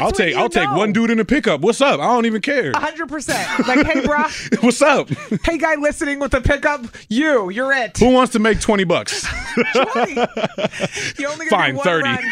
[SPEAKER 3] when
[SPEAKER 5] take
[SPEAKER 3] you
[SPEAKER 5] I'll take
[SPEAKER 3] know.
[SPEAKER 5] one dude in the pickup. What's up? I don't even care.
[SPEAKER 3] hundred percent. Like, hey, bro,
[SPEAKER 5] What's up?
[SPEAKER 3] hey, guy, listening with the pickup. You, you're it.
[SPEAKER 5] Who wants to make 20 bucks?
[SPEAKER 3] You only gonna
[SPEAKER 5] Fine,
[SPEAKER 3] do one
[SPEAKER 5] 30.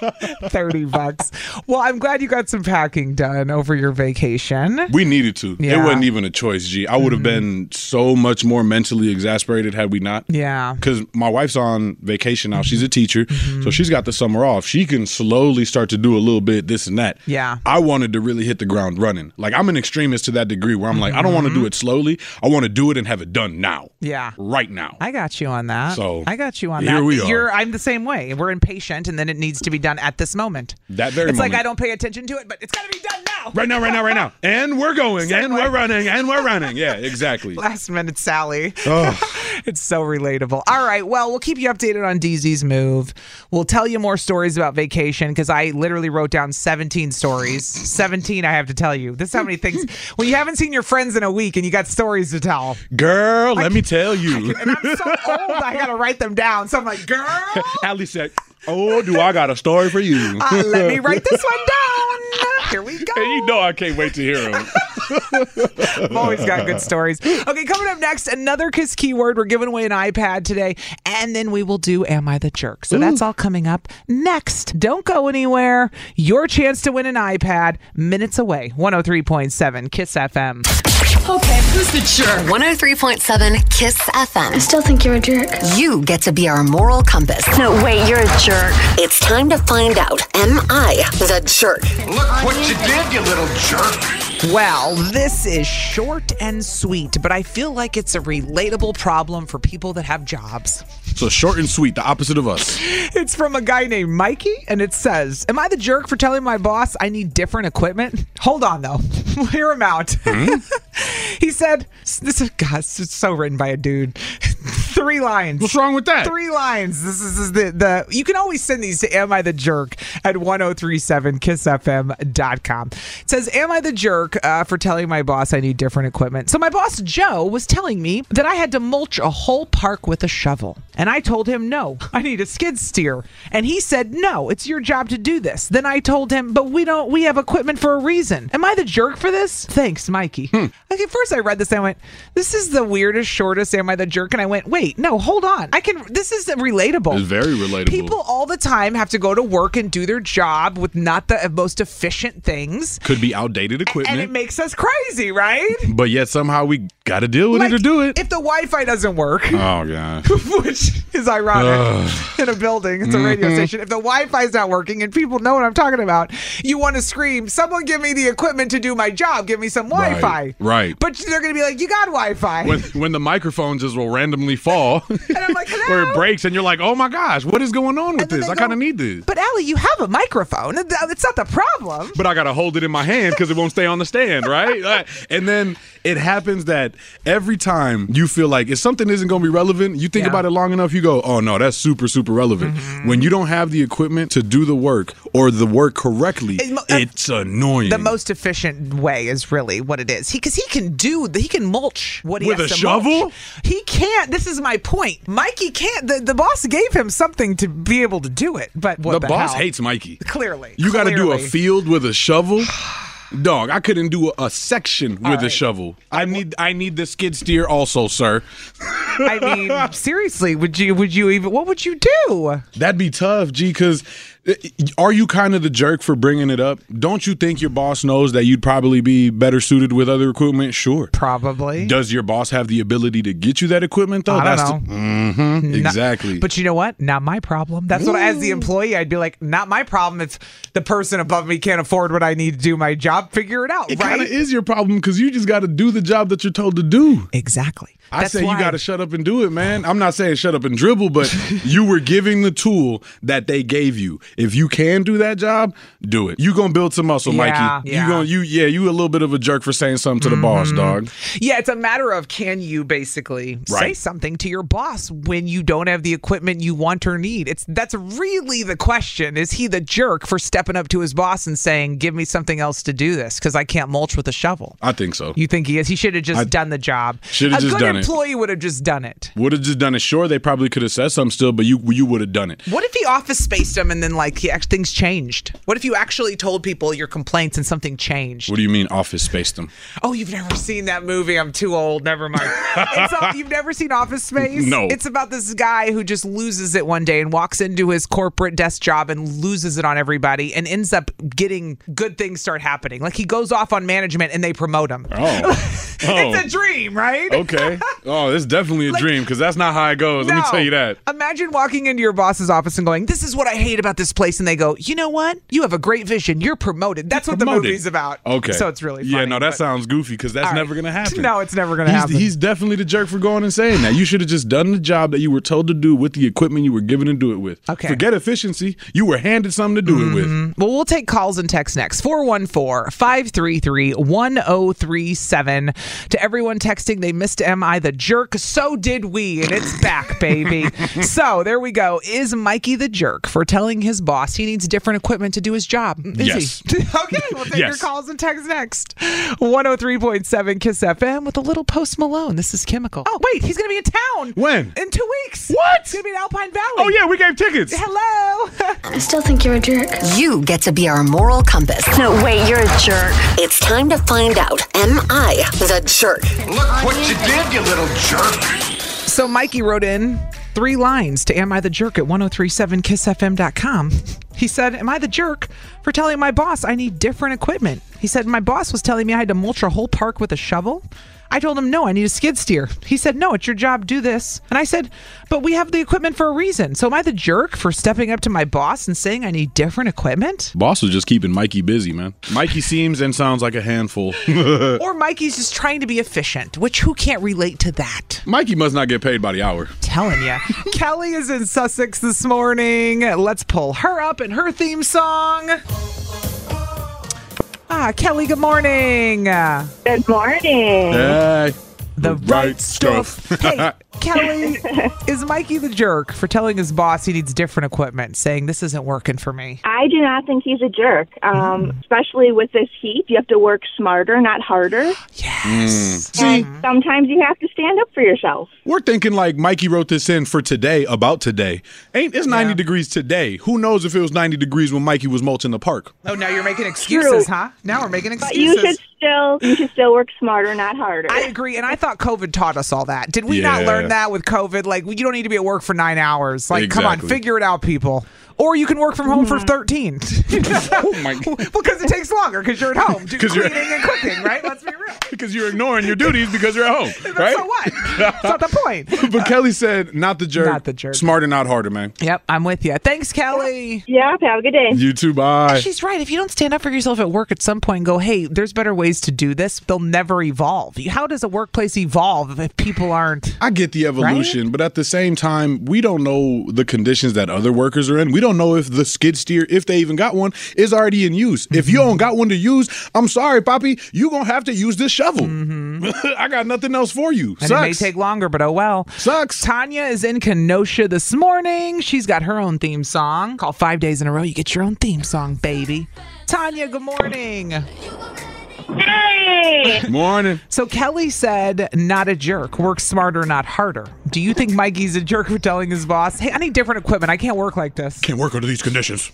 [SPEAKER 3] run. Thirty bucks. Well, I'm glad you got some packing done over your vacation.
[SPEAKER 5] We needed to. It
[SPEAKER 3] Yeah. Mm-hmm.
[SPEAKER 5] wasn't even a choice, G. I would have been so much more mentally exasperated had we not.
[SPEAKER 3] Yeah. Mm-hmm.
[SPEAKER 5] Because my wife's on vacation now. She's a teacher. So she's got the summer off. She can slowly start to do a little bit this and that.
[SPEAKER 3] Yeah.
[SPEAKER 5] I wanted to really hit the ground running. Like, I'm an extremist to that degree where I'm like, I don't want
[SPEAKER 3] Mm-hmm.
[SPEAKER 5] to do it slowly. I want to do it and have it done now,
[SPEAKER 3] Yeah.
[SPEAKER 5] right now.
[SPEAKER 3] I got you on that.
[SPEAKER 5] So,
[SPEAKER 3] I got you on
[SPEAKER 5] here
[SPEAKER 3] that.
[SPEAKER 5] we are.
[SPEAKER 3] You're, I'm the same way. We're impatient, and then it needs to be done at this moment.
[SPEAKER 5] That very
[SPEAKER 3] it's
[SPEAKER 5] moment.
[SPEAKER 3] like I don't pay attention to it, but it's got to be done now.
[SPEAKER 5] Right now, right now, right now. And we're going, and we're running, and we're running. Yeah, exactly.
[SPEAKER 3] Last minute, Sally.
[SPEAKER 5] Ugh.
[SPEAKER 3] it's so relatable. All right. Well, we'll keep you updated on DZ's move. We'll tell you more stories about vacation because I literally wrote down 17 stories. 17, I have to tell you. This is how many things. When you haven't seen your friends in a week and you got stories to tell.
[SPEAKER 4] Girl, let me tell you.
[SPEAKER 3] I'm so old, I got to write them down. So I'm like, girl,
[SPEAKER 4] Allie said, "Oh, do I got a story for you?"
[SPEAKER 3] uh, let me write this one down. Here we go.
[SPEAKER 4] And you know I can't wait to hear them.
[SPEAKER 3] I've always got good stories. Okay, coming up next, another kiss keyword. We're giving away an iPad today, and then we will do Am I the Jerk? So that's all coming up next. Don't go anywhere. Your chance to win an iPad, minutes away. 103.7 Kiss FM.
[SPEAKER 2] Okay, who's the jerk? 103.7 Kiss FM. I still think you're a jerk. You get to be our moral compass. No, wait, you're a jerk. It's time to find out Am I the jerk?
[SPEAKER 10] Look what you did, you little jerk.
[SPEAKER 3] Well, this is short and sweet, but I feel like it's a relatable problem for people that have jobs.
[SPEAKER 5] So short and sweet, the opposite of us.
[SPEAKER 3] It's from a guy named Mikey, and it says, Am I the jerk for telling my boss I need different equipment? Hold on, though. We'll hear him out.
[SPEAKER 4] Hmm?
[SPEAKER 3] he said, This is, God, it's so written by a dude. Three lines. What's
[SPEAKER 4] wrong with that?
[SPEAKER 3] Three lines. This is, this is the, the, you can always send these to Am I the Jerk at 1037kissfm.com. It says, Am I the jerk uh, for telling my boss I need different equipment? So my boss, Joe, was telling me that I had to mulch a whole park with a shovel. And I told him, No, I need a skid steer. And he said, No, it's your job to do this. Then I told him, But we don't, we have equipment for a reason. Am I the jerk for this? Thanks, Mikey. Like at first I read this and I went, This is the weirdest, shortest Am I the Jerk? And I went, Wait, no, hold on. I can, this is relatable.
[SPEAKER 5] It's very relatable.
[SPEAKER 3] People all the time have to go to work and do their job with not the most efficient things.
[SPEAKER 5] Could be outdated
[SPEAKER 3] And
[SPEAKER 5] equipment,
[SPEAKER 3] it makes us crazy, right?
[SPEAKER 5] but yet somehow we got to deal with it or do it.
[SPEAKER 3] If the Wi Fi doesn't work,
[SPEAKER 5] Oh god.
[SPEAKER 3] which is ironic
[SPEAKER 5] Ugh.
[SPEAKER 3] in a building. It's a radio
[SPEAKER 5] Mhm.
[SPEAKER 3] station. If the Wi Fi is not working and people know what I'm talking about, you want to scream, Someone give me the equipment to do my job. Give me some Wi Fi.
[SPEAKER 5] Right. right.
[SPEAKER 3] But they're going to be like, You got Wi Fi.
[SPEAKER 5] when when the microphone just will randomly fall, or it breaks, and you're like, "Oh my gosh, what is going on with this? I kind of need this."
[SPEAKER 3] But Allie, you have a microphone. Th- It's not the problem.
[SPEAKER 5] but I gotta hold it in my hand because it won't stay on the stand, right? Like, and then it happens that every time you feel like if something isn't gonna be relevant, you think about it long enough, you go, oh no, that's super, super relevant. When you don't have the equipment to do the work or the work correctly, it's annoying.
[SPEAKER 3] The most efficient way is really what it is. Because he, can do, he can mulch what he
[SPEAKER 5] With
[SPEAKER 3] has
[SPEAKER 5] a
[SPEAKER 3] to mulch.
[SPEAKER 5] shovel?
[SPEAKER 3] He can't. This is my point. Mikey can't. The, the boss gave him something to be able to do it. But what
[SPEAKER 5] the,
[SPEAKER 3] the,
[SPEAKER 5] boss
[SPEAKER 3] hell?
[SPEAKER 5] hates Mikey.
[SPEAKER 3] Clearly.
[SPEAKER 5] You gotta do a
[SPEAKER 3] Clearly.
[SPEAKER 5] field with a shovel. Dog, I couldn't do a, a section with a shovel. I need I need the skid steer also, sir.
[SPEAKER 3] I mean, seriously, would you would you even what would you do?
[SPEAKER 5] That'd be tough, G, because are you kind of the jerk for bringing it up? Don't you think your boss knows that you'd probably be better suited with other equipment? Sure.
[SPEAKER 3] Probably.
[SPEAKER 5] Does your boss have the ability to get you that equipment though?
[SPEAKER 3] I don't
[SPEAKER 5] hmm
[SPEAKER 3] Not-
[SPEAKER 5] exactly.
[SPEAKER 3] But you know what? Not my problem. That's what, as the employee, I'd be like, not my problem if the person above me can't afford what I need to do my job. Figure it out,
[SPEAKER 5] it
[SPEAKER 3] right?
[SPEAKER 5] kind of is your problem because you just got to do the job that you're told to do.
[SPEAKER 3] Exactly.
[SPEAKER 5] I
[SPEAKER 3] That's
[SPEAKER 5] say
[SPEAKER 3] why-
[SPEAKER 5] you got to shut up and do it, man. I'm not saying shut up and dribble, but you were giving the tool that they gave you. If you can do that job, do it. You gonna build some muscle,
[SPEAKER 3] Yeah,
[SPEAKER 5] Mikey.
[SPEAKER 3] yeah. Mm-hmm.
[SPEAKER 5] You gonna you yeah you a little bit of a jerk for saying something to the boss, dog.
[SPEAKER 3] Yeah, it's a matter of can you basically say
[SPEAKER 5] Right.
[SPEAKER 3] something to your boss when you don't have the equipment you want or need? It's that's really the question. Is he the jerk for stepping up to his boss and saying, "Give me something else to do this because I can't mulch with a shovel"?
[SPEAKER 5] I think so.
[SPEAKER 3] You think he is? He should have just
[SPEAKER 5] I-
[SPEAKER 3] done the job.
[SPEAKER 5] Shoulda
[SPEAKER 3] a
[SPEAKER 5] just
[SPEAKER 3] good
[SPEAKER 5] done it.
[SPEAKER 3] employee would have just done it.
[SPEAKER 5] Would have just done it. Sure, they probably could have said something still, but you you would have done it.
[SPEAKER 3] What if he office spaced him and then like he, act- things changed? What if you actually told people your complaints and something changed?
[SPEAKER 5] What do you mean office spaced them?
[SPEAKER 3] Oh, you've never seen that movie? I'm too old. Never mind. it's all, you've never seen Office Space?
[SPEAKER 5] No.
[SPEAKER 3] It's about this guy who just loses it one day and walks into his corporate desk job and loses it on everybody and ends up getting good things start happening. Like he goes off on management and they promote him.
[SPEAKER 5] Oh.
[SPEAKER 3] It's a dream, right?
[SPEAKER 5] Okay. Oh, this is definitely a dream because that's not how it goes. Let me
[SPEAKER 3] No.
[SPEAKER 5] tell you that.
[SPEAKER 3] Imagine walking into your boss's office and going, "This is what I hate about this place," and they go, "You know what? You have a great vision. You're promoted." That's what
[SPEAKER 5] Promoted.
[SPEAKER 3] the movie's about.
[SPEAKER 5] Okay.
[SPEAKER 3] so it's really
[SPEAKER 5] Yeah,
[SPEAKER 3] funny,
[SPEAKER 5] no, that
[SPEAKER 3] but-
[SPEAKER 5] sounds goofy because that's
[SPEAKER 3] All right.
[SPEAKER 5] never going to happen.
[SPEAKER 3] No, it's never gonna
[SPEAKER 5] He's-
[SPEAKER 3] happen.
[SPEAKER 5] He's definitely the jerk for going and saying that. You should have just done the job that you were told to do with the equipment you were given to do it with. Okay. Forget efficiency. You were handed something to do it with.
[SPEAKER 3] Mm-hmm. Well, we'll take calls and texts next. oh 414 533 1037. To everyone texting, they missed Am I I the jerk? So did we, and it's back, baby. so there we go. Is Mikey the jerk for telling his boss he needs different equipment to do his job? Is
[SPEAKER 4] Yes.
[SPEAKER 3] he? okay, we'll take your
[SPEAKER 4] Yes.
[SPEAKER 3] calls and texts next. 103.7 Kiss FM with a little post Malone. This is chemical. Oh, wait, he's going to be in town.
[SPEAKER 4] When?
[SPEAKER 3] In two weeks. What? It's going to be in Alpine Valley. Oh, yeah,
[SPEAKER 4] we gave tickets.
[SPEAKER 3] Hello.
[SPEAKER 2] I still think you're a jerk. You get to be our moral compass. No, wait, you're a jerk. It's time to find out. Am I the jerk?
[SPEAKER 10] Look what you did, you little jerk.
[SPEAKER 3] So Mikey wrote in three lines to Am I the Jerk at 1037kissfm.com. He said, Am I the jerk for telling my boss I need different equipment? He said, My boss was telling me I had to mulch a whole park with a shovel. I told him, No, I need a skid steer. He said, No, it's your job, do this. And I said, But we have the equipment for a reason. So am I the jerk for stepping up to my boss and saying I need different equipment?
[SPEAKER 5] Boss was just keeping Mikey busy, man. Mikey seems and sounds like a handful.
[SPEAKER 3] Or Mikey's just trying to be efficient, which who can't relate to that?
[SPEAKER 5] Mikey must not get paid by the hour.
[SPEAKER 3] Telling you. Kelly is in Sussex this morning. Let's pull her up in her theme song. Ah, Kelly, good morning. Good morning.
[SPEAKER 5] the right, stuff.
[SPEAKER 3] Hey, Kelly, is Mikey the jerk for telling his boss he needs different equipment, saying this isn't working for me?
[SPEAKER 11] I do not think he's a jerk, um, especially with this heat. You have to work smarter, not harder.
[SPEAKER 5] Yes.
[SPEAKER 11] And sometimes you have to stand up for yourself.
[SPEAKER 5] Mm. We're thinking like Mikey wrote this in for today about today. Ain't it's 90 degrees today. Who knows if it was 90 degrees when Mikey was mulching the park?
[SPEAKER 3] Oh, now you're making excuses, huh? Now we're making
[SPEAKER 11] But you
[SPEAKER 3] excuses.
[SPEAKER 11] should still you should still work smarter, not harder.
[SPEAKER 3] I agree, and I thought COVID taught us all that. Did we not
[SPEAKER 5] Yeah.
[SPEAKER 3] learn that with COVID? Like, you don't need to be at work for nine hours. Like, come on,
[SPEAKER 5] Exactly.
[SPEAKER 3] figure it out, people. Or you can work from home
[SPEAKER 11] Mhm.
[SPEAKER 3] for thirteen. oh my! Because it takes longer because you're at home, do
[SPEAKER 5] 'Cause you're-
[SPEAKER 3] cleaning and cooking, right? Let's be real.
[SPEAKER 5] Because you're ignoring your duties because you're at home, right?
[SPEAKER 3] So what? That's not the point.
[SPEAKER 5] but Kelly said, not the jerk. Not the jerk. Smarter, not harder, man.
[SPEAKER 3] Yep, I'm with you. Thanks, Kelly.
[SPEAKER 11] Yeah, have a good day.
[SPEAKER 5] You too, bye.
[SPEAKER 3] She's right. If you don't stand up for yourself at work at some point and go, hey, there's better ways to do this, they'll never evolve. How does a workplace evolve if people aren't?
[SPEAKER 5] I get the evolution, but at the same time, we don't know the conditions that other workers are in. We don't know if the skid steer, if they even got one, is already in use. If you
[SPEAKER 3] Mm-hmm.
[SPEAKER 5] don't got one to use, I'm sorry, Poppy, you gonna have to use this shovel.
[SPEAKER 3] Mm-hmm.
[SPEAKER 5] I got nothing else for you.
[SPEAKER 3] And it may
[SPEAKER 5] Sucks.
[SPEAKER 3] take longer, but oh well.
[SPEAKER 5] Sucks.
[SPEAKER 3] Tanya is in Kenosha this morning. She's got her own theme song. Call five days in a row. You get your own theme song, baby. Tanya, good morning. Hey.
[SPEAKER 5] Morning.
[SPEAKER 3] So Kelly said, not a jerk. Work smarter, not harder. Do you think Mikey's a jerk for telling his boss, hey, I need different equipment. I can't work like this?
[SPEAKER 5] Can't work under these conditions.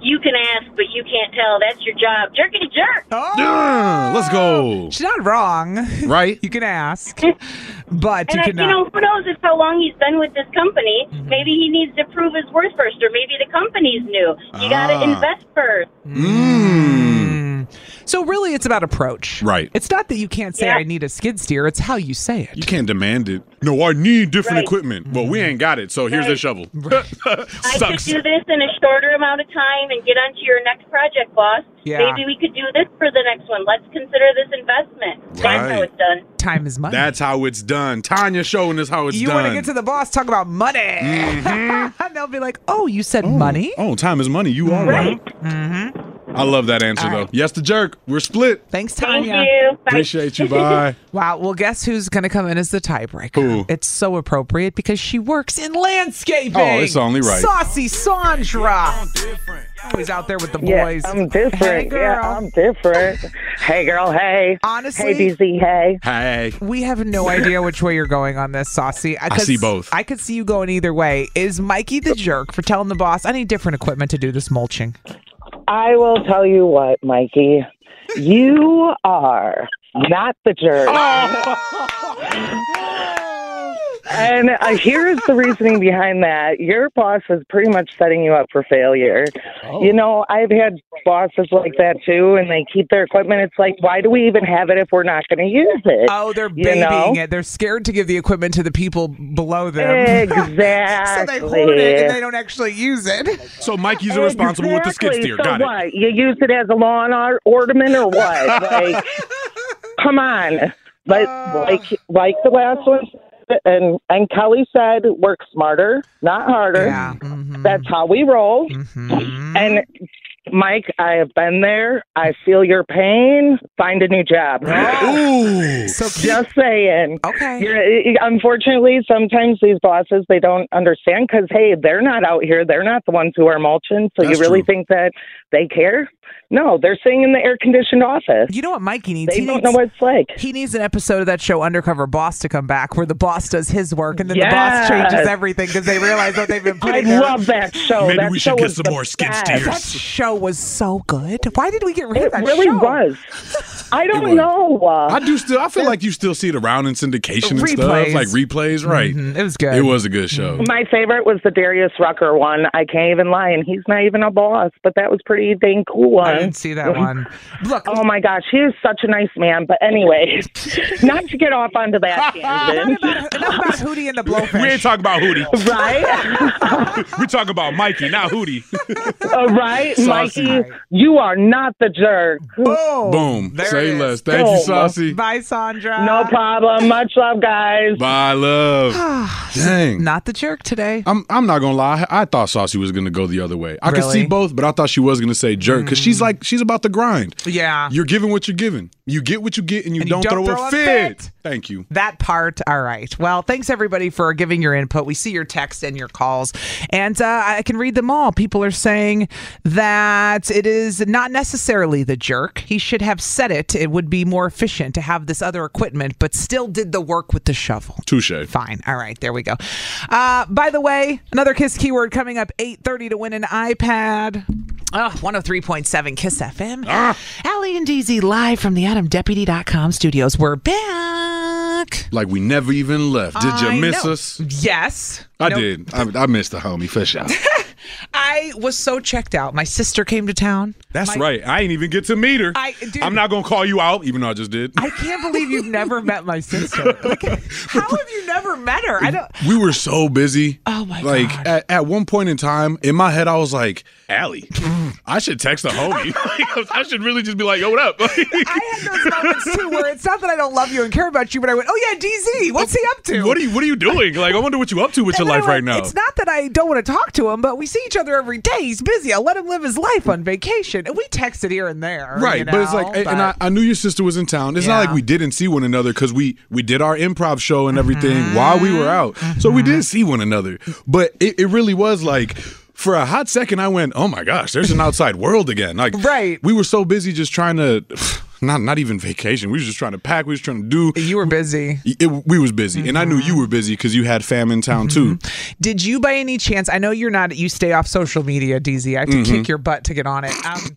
[SPEAKER 6] You can ask, but you can't tell. That's your job. Jerky jerk.
[SPEAKER 3] Oh,
[SPEAKER 5] Yeah, let's go.
[SPEAKER 3] Ah. She's not wrong.
[SPEAKER 5] Right?
[SPEAKER 3] you can ask, but
[SPEAKER 6] And
[SPEAKER 3] you
[SPEAKER 6] I,
[SPEAKER 3] cannot.
[SPEAKER 6] you know, who knows if how long he's been with this company? Maybe he needs to prove his worth first, or maybe the company's new. You got to
[SPEAKER 3] Ah.
[SPEAKER 6] invest first.
[SPEAKER 3] so really, it's about approach.
[SPEAKER 5] Mm. Right.
[SPEAKER 3] It's not that you can't say I need a skid steer. It's how you say it.
[SPEAKER 5] You can't demand it. No, I need different
[SPEAKER 6] Right.
[SPEAKER 5] equipment. Well,
[SPEAKER 3] Mm-hmm.
[SPEAKER 5] we ain't got it, so Oh, here's the shovel.
[SPEAKER 6] I could do this in a shorter amount of time and get onto your next project, boss.
[SPEAKER 5] Yeah.
[SPEAKER 6] Maybe we could do this for the next one. Let's consider this investment. That's how
[SPEAKER 5] Right.
[SPEAKER 6] it's done.
[SPEAKER 3] Time is money.
[SPEAKER 5] That's how it's done. Tanya showing us how it's
[SPEAKER 3] You
[SPEAKER 5] done. Mm-hmm.
[SPEAKER 3] want to get to the boss? Talk about money. and they'll be like, "Oh, you said money."
[SPEAKER 5] Oh, time is money. You are right. I love that answer though. Yes, the jerk. We're split.
[SPEAKER 3] Thanks, Tanya.
[SPEAKER 5] Appreciate you. Bye.
[SPEAKER 3] wow. Well, guess who's going to come in as the tiebreaker? It's so appropriate because she works in landscaping.
[SPEAKER 5] Oh, it's only right.
[SPEAKER 3] Saucy Sandra. Always out there with the
[SPEAKER 8] Yeah,
[SPEAKER 3] boys.
[SPEAKER 8] I'm different. Yeah, I'm different. hey, girl. Hey.
[SPEAKER 3] Honestly-
[SPEAKER 8] Hey, DZ. Hey.
[SPEAKER 5] Hey.
[SPEAKER 3] We have no idea which way you're going on this, Saucy.
[SPEAKER 5] I see both.
[SPEAKER 3] I could see you going either way. Is Mikey the jerk for telling the boss, I need different equipment to do this mulching?
[SPEAKER 8] I will tell you what, Mikey. You are not the jerk.
[SPEAKER 3] Oh.
[SPEAKER 8] And uh, here is the reasoning behind that. Your boss is pretty much setting you up for failure.
[SPEAKER 3] Oh.
[SPEAKER 8] You know, I've had bosses like that too, and they keep their equipment. It's like, why do we even have it if we're not going to use it?
[SPEAKER 3] Oh, they're
[SPEAKER 8] You
[SPEAKER 3] babying
[SPEAKER 8] know?
[SPEAKER 3] it. They're scared to give the equipment to the people below them.
[SPEAKER 8] Exactly.
[SPEAKER 3] so they hoard it and they don't actually use it.
[SPEAKER 5] So Mikey's
[SPEAKER 3] irresponsible with the skid
[SPEAKER 8] Exactly.
[SPEAKER 3] steer.
[SPEAKER 8] So
[SPEAKER 3] Got it.
[SPEAKER 8] what? You use it as a lawn or- ornament or what? like, come on. But
[SPEAKER 3] Uh.
[SPEAKER 8] like, like the last one, and and Kelly said,
[SPEAKER 3] Mm-hmm.
[SPEAKER 8] work smarter, not harder. That's how we roll. And Mike, I have been there. I feel your pain. Find a new job.
[SPEAKER 3] Ooh. So
[SPEAKER 8] just saying.
[SPEAKER 3] Okay.
[SPEAKER 8] unfortunately, sometimes these bosses they don't understand because hey, they're not out here. They're not the ones who are mulching. So
[SPEAKER 3] That's
[SPEAKER 8] you really
[SPEAKER 3] true.
[SPEAKER 8] think that they care? No, they're sitting in the air conditioned office.
[SPEAKER 3] You know what Mikey needs?
[SPEAKER 8] They
[SPEAKER 3] He
[SPEAKER 8] don't
[SPEAKER 3] needs-
[SPEAKER 8] know what it's like.
[SPEAKER 3] He needs an episode of that show, Undercover Boss, to come back where the boss does his work and then
[SPEAKER 8] Yes.
[SPEAKER 3] the boss changes everything because they realize what they've been
[SPEAKER 8] I
[SPEAKER 3] putting. there.
[SPEAKER 8] love that show. That show was the best.
[SPEAKER 3] That show was so good. Why did we get rid of that
[SPEAKER 8] really
[SPEAKER 3] show?
[SPEAKER 8] was. I
[SPEAKER 3] don't
[SPEAKER 8] know.
[SPEAKER 3] Oh,
[SPEAKER 5] I do still. I feel like you still see it around in syndication and
[SPEAKER 8] Replays.
[SPEAKER 5] stuff, like replays. Right?
[SPEAKER 3] Mm-hmm. It was good.
[SPEAKER 5] It was a good show.
[SPEAKER 8] My favorite was the Darius Rucker one. I can't even lie, and he's not even a boss, but that was pretty dang cool one.
[SPEAKER 3] I didn't see that one. Look,
[SPEAKER 8] oh my gosh, he was such a nice man. But anyway, not to get off onto that tangent.
[SPEAKER 3] Mm-hmm. about Hootie and the Blowfish.
[SPEAKER 4] We ain't talking about Hootie.
[SPEAKER 8] Right?
[SPEAKER 4] We're talking about Mikey, not Hootie.
[SPEAKER 8] All right,
[SPEAKER 4] Saucy.
[SPEAKER 8] Mikey, you are not the jerk.
[SPEAKER 3] Boom.
[SPEAKER 5] Boom. Say less. Thank you, Saucy.
[SPEAKER 3] Bye, Sandra.
[SPEAKER 8] No problem. Much love, guys.
[SPEAKER 5] Bye, love. Dang.
[SPEAKER 3] Not the jerk today.
[SPEAKER 5] I'm I'm not gonna lie. I I thought Saucy was gonna go the other way. I could
[SPEAKER 3] Really? Mm.
[SPEAKER 5] see both, but I thought she was gonna say jerk because she's like she's about the grind.
[SPEAKER 3] Yeah.
[SPEAKER 5] You're giving what you're giving. You get what you get, and you, don't, throw, a fit. Thank you.
[SPEAKER 3] That part. All right. Well, thanks everybody for giving your input. We see your text and your calls, and uh, I can read them all. People are saying that it is not necessarily the jerk. He should have said it. It would be more efficient to have this other equipment, but still did the work with the shovel.
[SPEAKER 5] Touche.
[SPEAKER 3] Fine. All right. There we go. Uh, by the way, another Kiss keyword coming up 8.30 to win an iPad. Oh, 103.7 Kiss FM.
[SPEAKER 5] Ah.
[SPEAKER 3] Allie and DZ live from the AdamDeputy.com studios. We're back.
[SPEAKER 5] Like we never even left. Did
[SPEAKER 3] I
[SPEAKER 5] you miss
[SPEAKER 3] know.
[SPEAKER 5] us?
[SPEAKER 3] Yes.
[SPEAKER 5] I
[SPEAKER 3] Nope.
[SPEAKER 5] did. I, I missed the homie for sure.
[SPEAKER 3] I was so checked out. My sister came to town.
[SPEAKER 5] That's right. I ain't even get to meet her.
[SPEAKER 3] I- dude.
[SPEAKER 5] I'm not gonna call you out, even though I just did.
[SPEAKER 3] I can't believe you've never met my sister. Like, how have you never met her? I don't.
[SPEAKER 5] we were so busy.
[SPEAKER 3] Oh my
[SPEAKER 5] like, god! Like at, at one point in time, in my head, I was like, "Allie, I should text a homie. Like, I should really just be like, yo, what up?'
[SPEAKER 3] Those moments too, where it's not that I don't love you and care about you, but I went, oh yeah, DZ, what's he up to?
[SPEAKER 5] What are you What are you doing? Like, I wonder what you up to with your life right now.
[SPEAKER 3] It's not that I don't want to talk to him, but we see each other every day. He's busy. I'll let him live his life on vacation. And we texted here and there.
[SPEAKER 5] Right,
[SPEAKER 3] you
[SPEAKER 5] but it's like,
[SPEAKER 3] know,
[SPEAKER 5] and I,
[SPEAKER 3] but-
[SPEAKER 5] I knew your sister was in town. It's
[SPEAKER 3] Yeah.
[SPEAKER 5] not like we didn't see one another because we we did our improv show and everything
[SPEAKER 3] Mm-hmm.
[SPEAKER 5] while we were out, so we did see one another. But it, it really was like, for a hot second, I went, "Oh my gosh, there's an outside world again!" Like, right? We were so busy just trying to, not not even vacation. We were just trying to pack. We was trying to do.
[SPEAKER 3] You were busy. Mm-hmm.
[SPEAKER 5] we was busy, and I knew you were busy because you had fam in town too.
[SPEAKER 3] Did you, by any chance? I know you're not. You stay off social media, DZ. I have to
[SPEAKER 5] Mhm.
[SPEAKER 3] kick your butt to get on it. Um,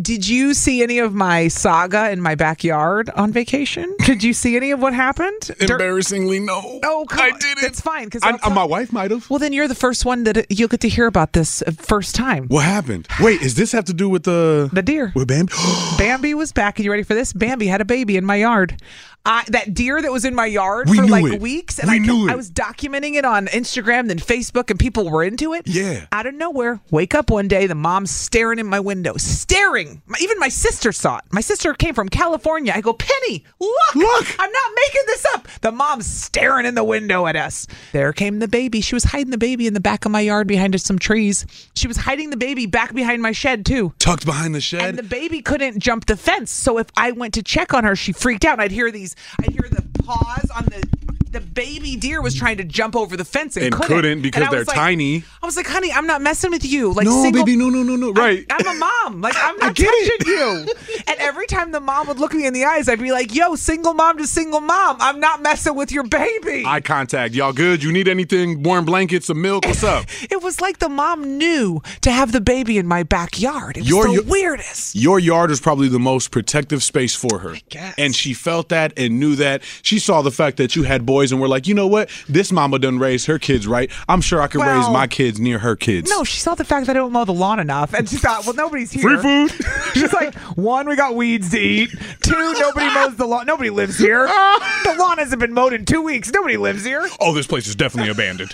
[SPEAKER 3] did you see any of my saga in my backyard on vacation? Did you see any of what happened?
[SPEAKER 5] Embarrassingly, no.
[SPEAKER 3] Oh, come I did it. That's fine. Because
[SPEAKER 5] I- uh, my wife might have.
[SPEAKER 3] Well, then you're the first one that uh, you'll get to hear about this uh, first time.
[SPEAKER 5] What happened? Wait, is this have to do with the
[SPEAKER 3] the deer?
[SPEAKER 5] With Bambi?
[SPEAKER 3] Bambi was back. Are you ready for this? Bambi had a baby in my yard. I, that deer that was in my yard
[SPEAKER 5] We
[SPEAKER 3] for
[SPEAKER 5] knew
[SPEAKER 3] like
[SPEAKER 5] it.
[SPEAKER 3] weeks, and
[SPEAKER 5] We
[SPEAKER 3] I, kept-
[SPEAKER 5] knew it.
[SPEAKER 3] I was documenting it on Instagram, then Facebook, and people were into it.
[SPEAKER 5] Yeah.
[SPEAKER 3] Out of nowhere, wake up one day, the mom's staring in my window, staring. My, even my sister saw it. My sister came from California. I go, Penny, look, look, I'm not making this up. The mom's staring in the window at us. There came the baby. She was hiding the baby in the back of my yard behind some trees. She was hiding the baby back behind my shed too.
[SPEAKER 5] Tucked behind the shed.
[SPEAKER 3] And the baby couldn't jump the fence. So if I went to check on her, she freaked out. I'd hear these. I would hear the paws on the. The baby deer was trying to jump over the fence and,
[SPEAKER 5] And couldn't because
[SPEAKER 3] And I
[SPEAKER 5] they're
[SPEAKER 3] was like-
[SPEAKER 5] tiny.
[SPEAKER 3] I was like, honey, I'm not messing with you. Like,
[SPEAKER 5] no,
[SPEAKER 3] single-
[SPEAKER 5] baby, no, no, no, no. Right.
[SPEAKER 3] I'm a mom. Like, I'm not touching you. And every time the mom would look me in the eyes, I'd be like, yo, single mom to single mom. I'm not messing with your baby.
[SPEAKER 5] Eye contact. Y'all good? You need anything? Warm blankets, some milk? What's up?
[SPEAKER 3] It was like the mom knew to have the baby in my backyard. It was
[SPEAKER 5] Your-
[SPEAKER 3] the
[SPEAKER 5] your-
[SPEAKER 3] weirdest.
[SPEAKER 5] Your yard is probably the most protective space for her. And she felt that and knew that. She saw the fact that you had boys and were like, you know what? This mama done raised her kids right. I'm sure I could raise
[SPEAKER 3] Well-
[SPEAKER 5] my kids near her kids.
[SPEAKER 3] No, she saw the fact that I don't mow the lawn enough, and she thought, well, nobody's here.
[SPEAKER 5] Free food.
[SPEAKER 3] She's like, one, we got weeds to eat. Two, nobody mows the lawn. Nobody lives here. the lawn hasn't been mowed in two weeks. Nobody lives here.
[SPEAKER 5] Oh, this place is definitely abandoned.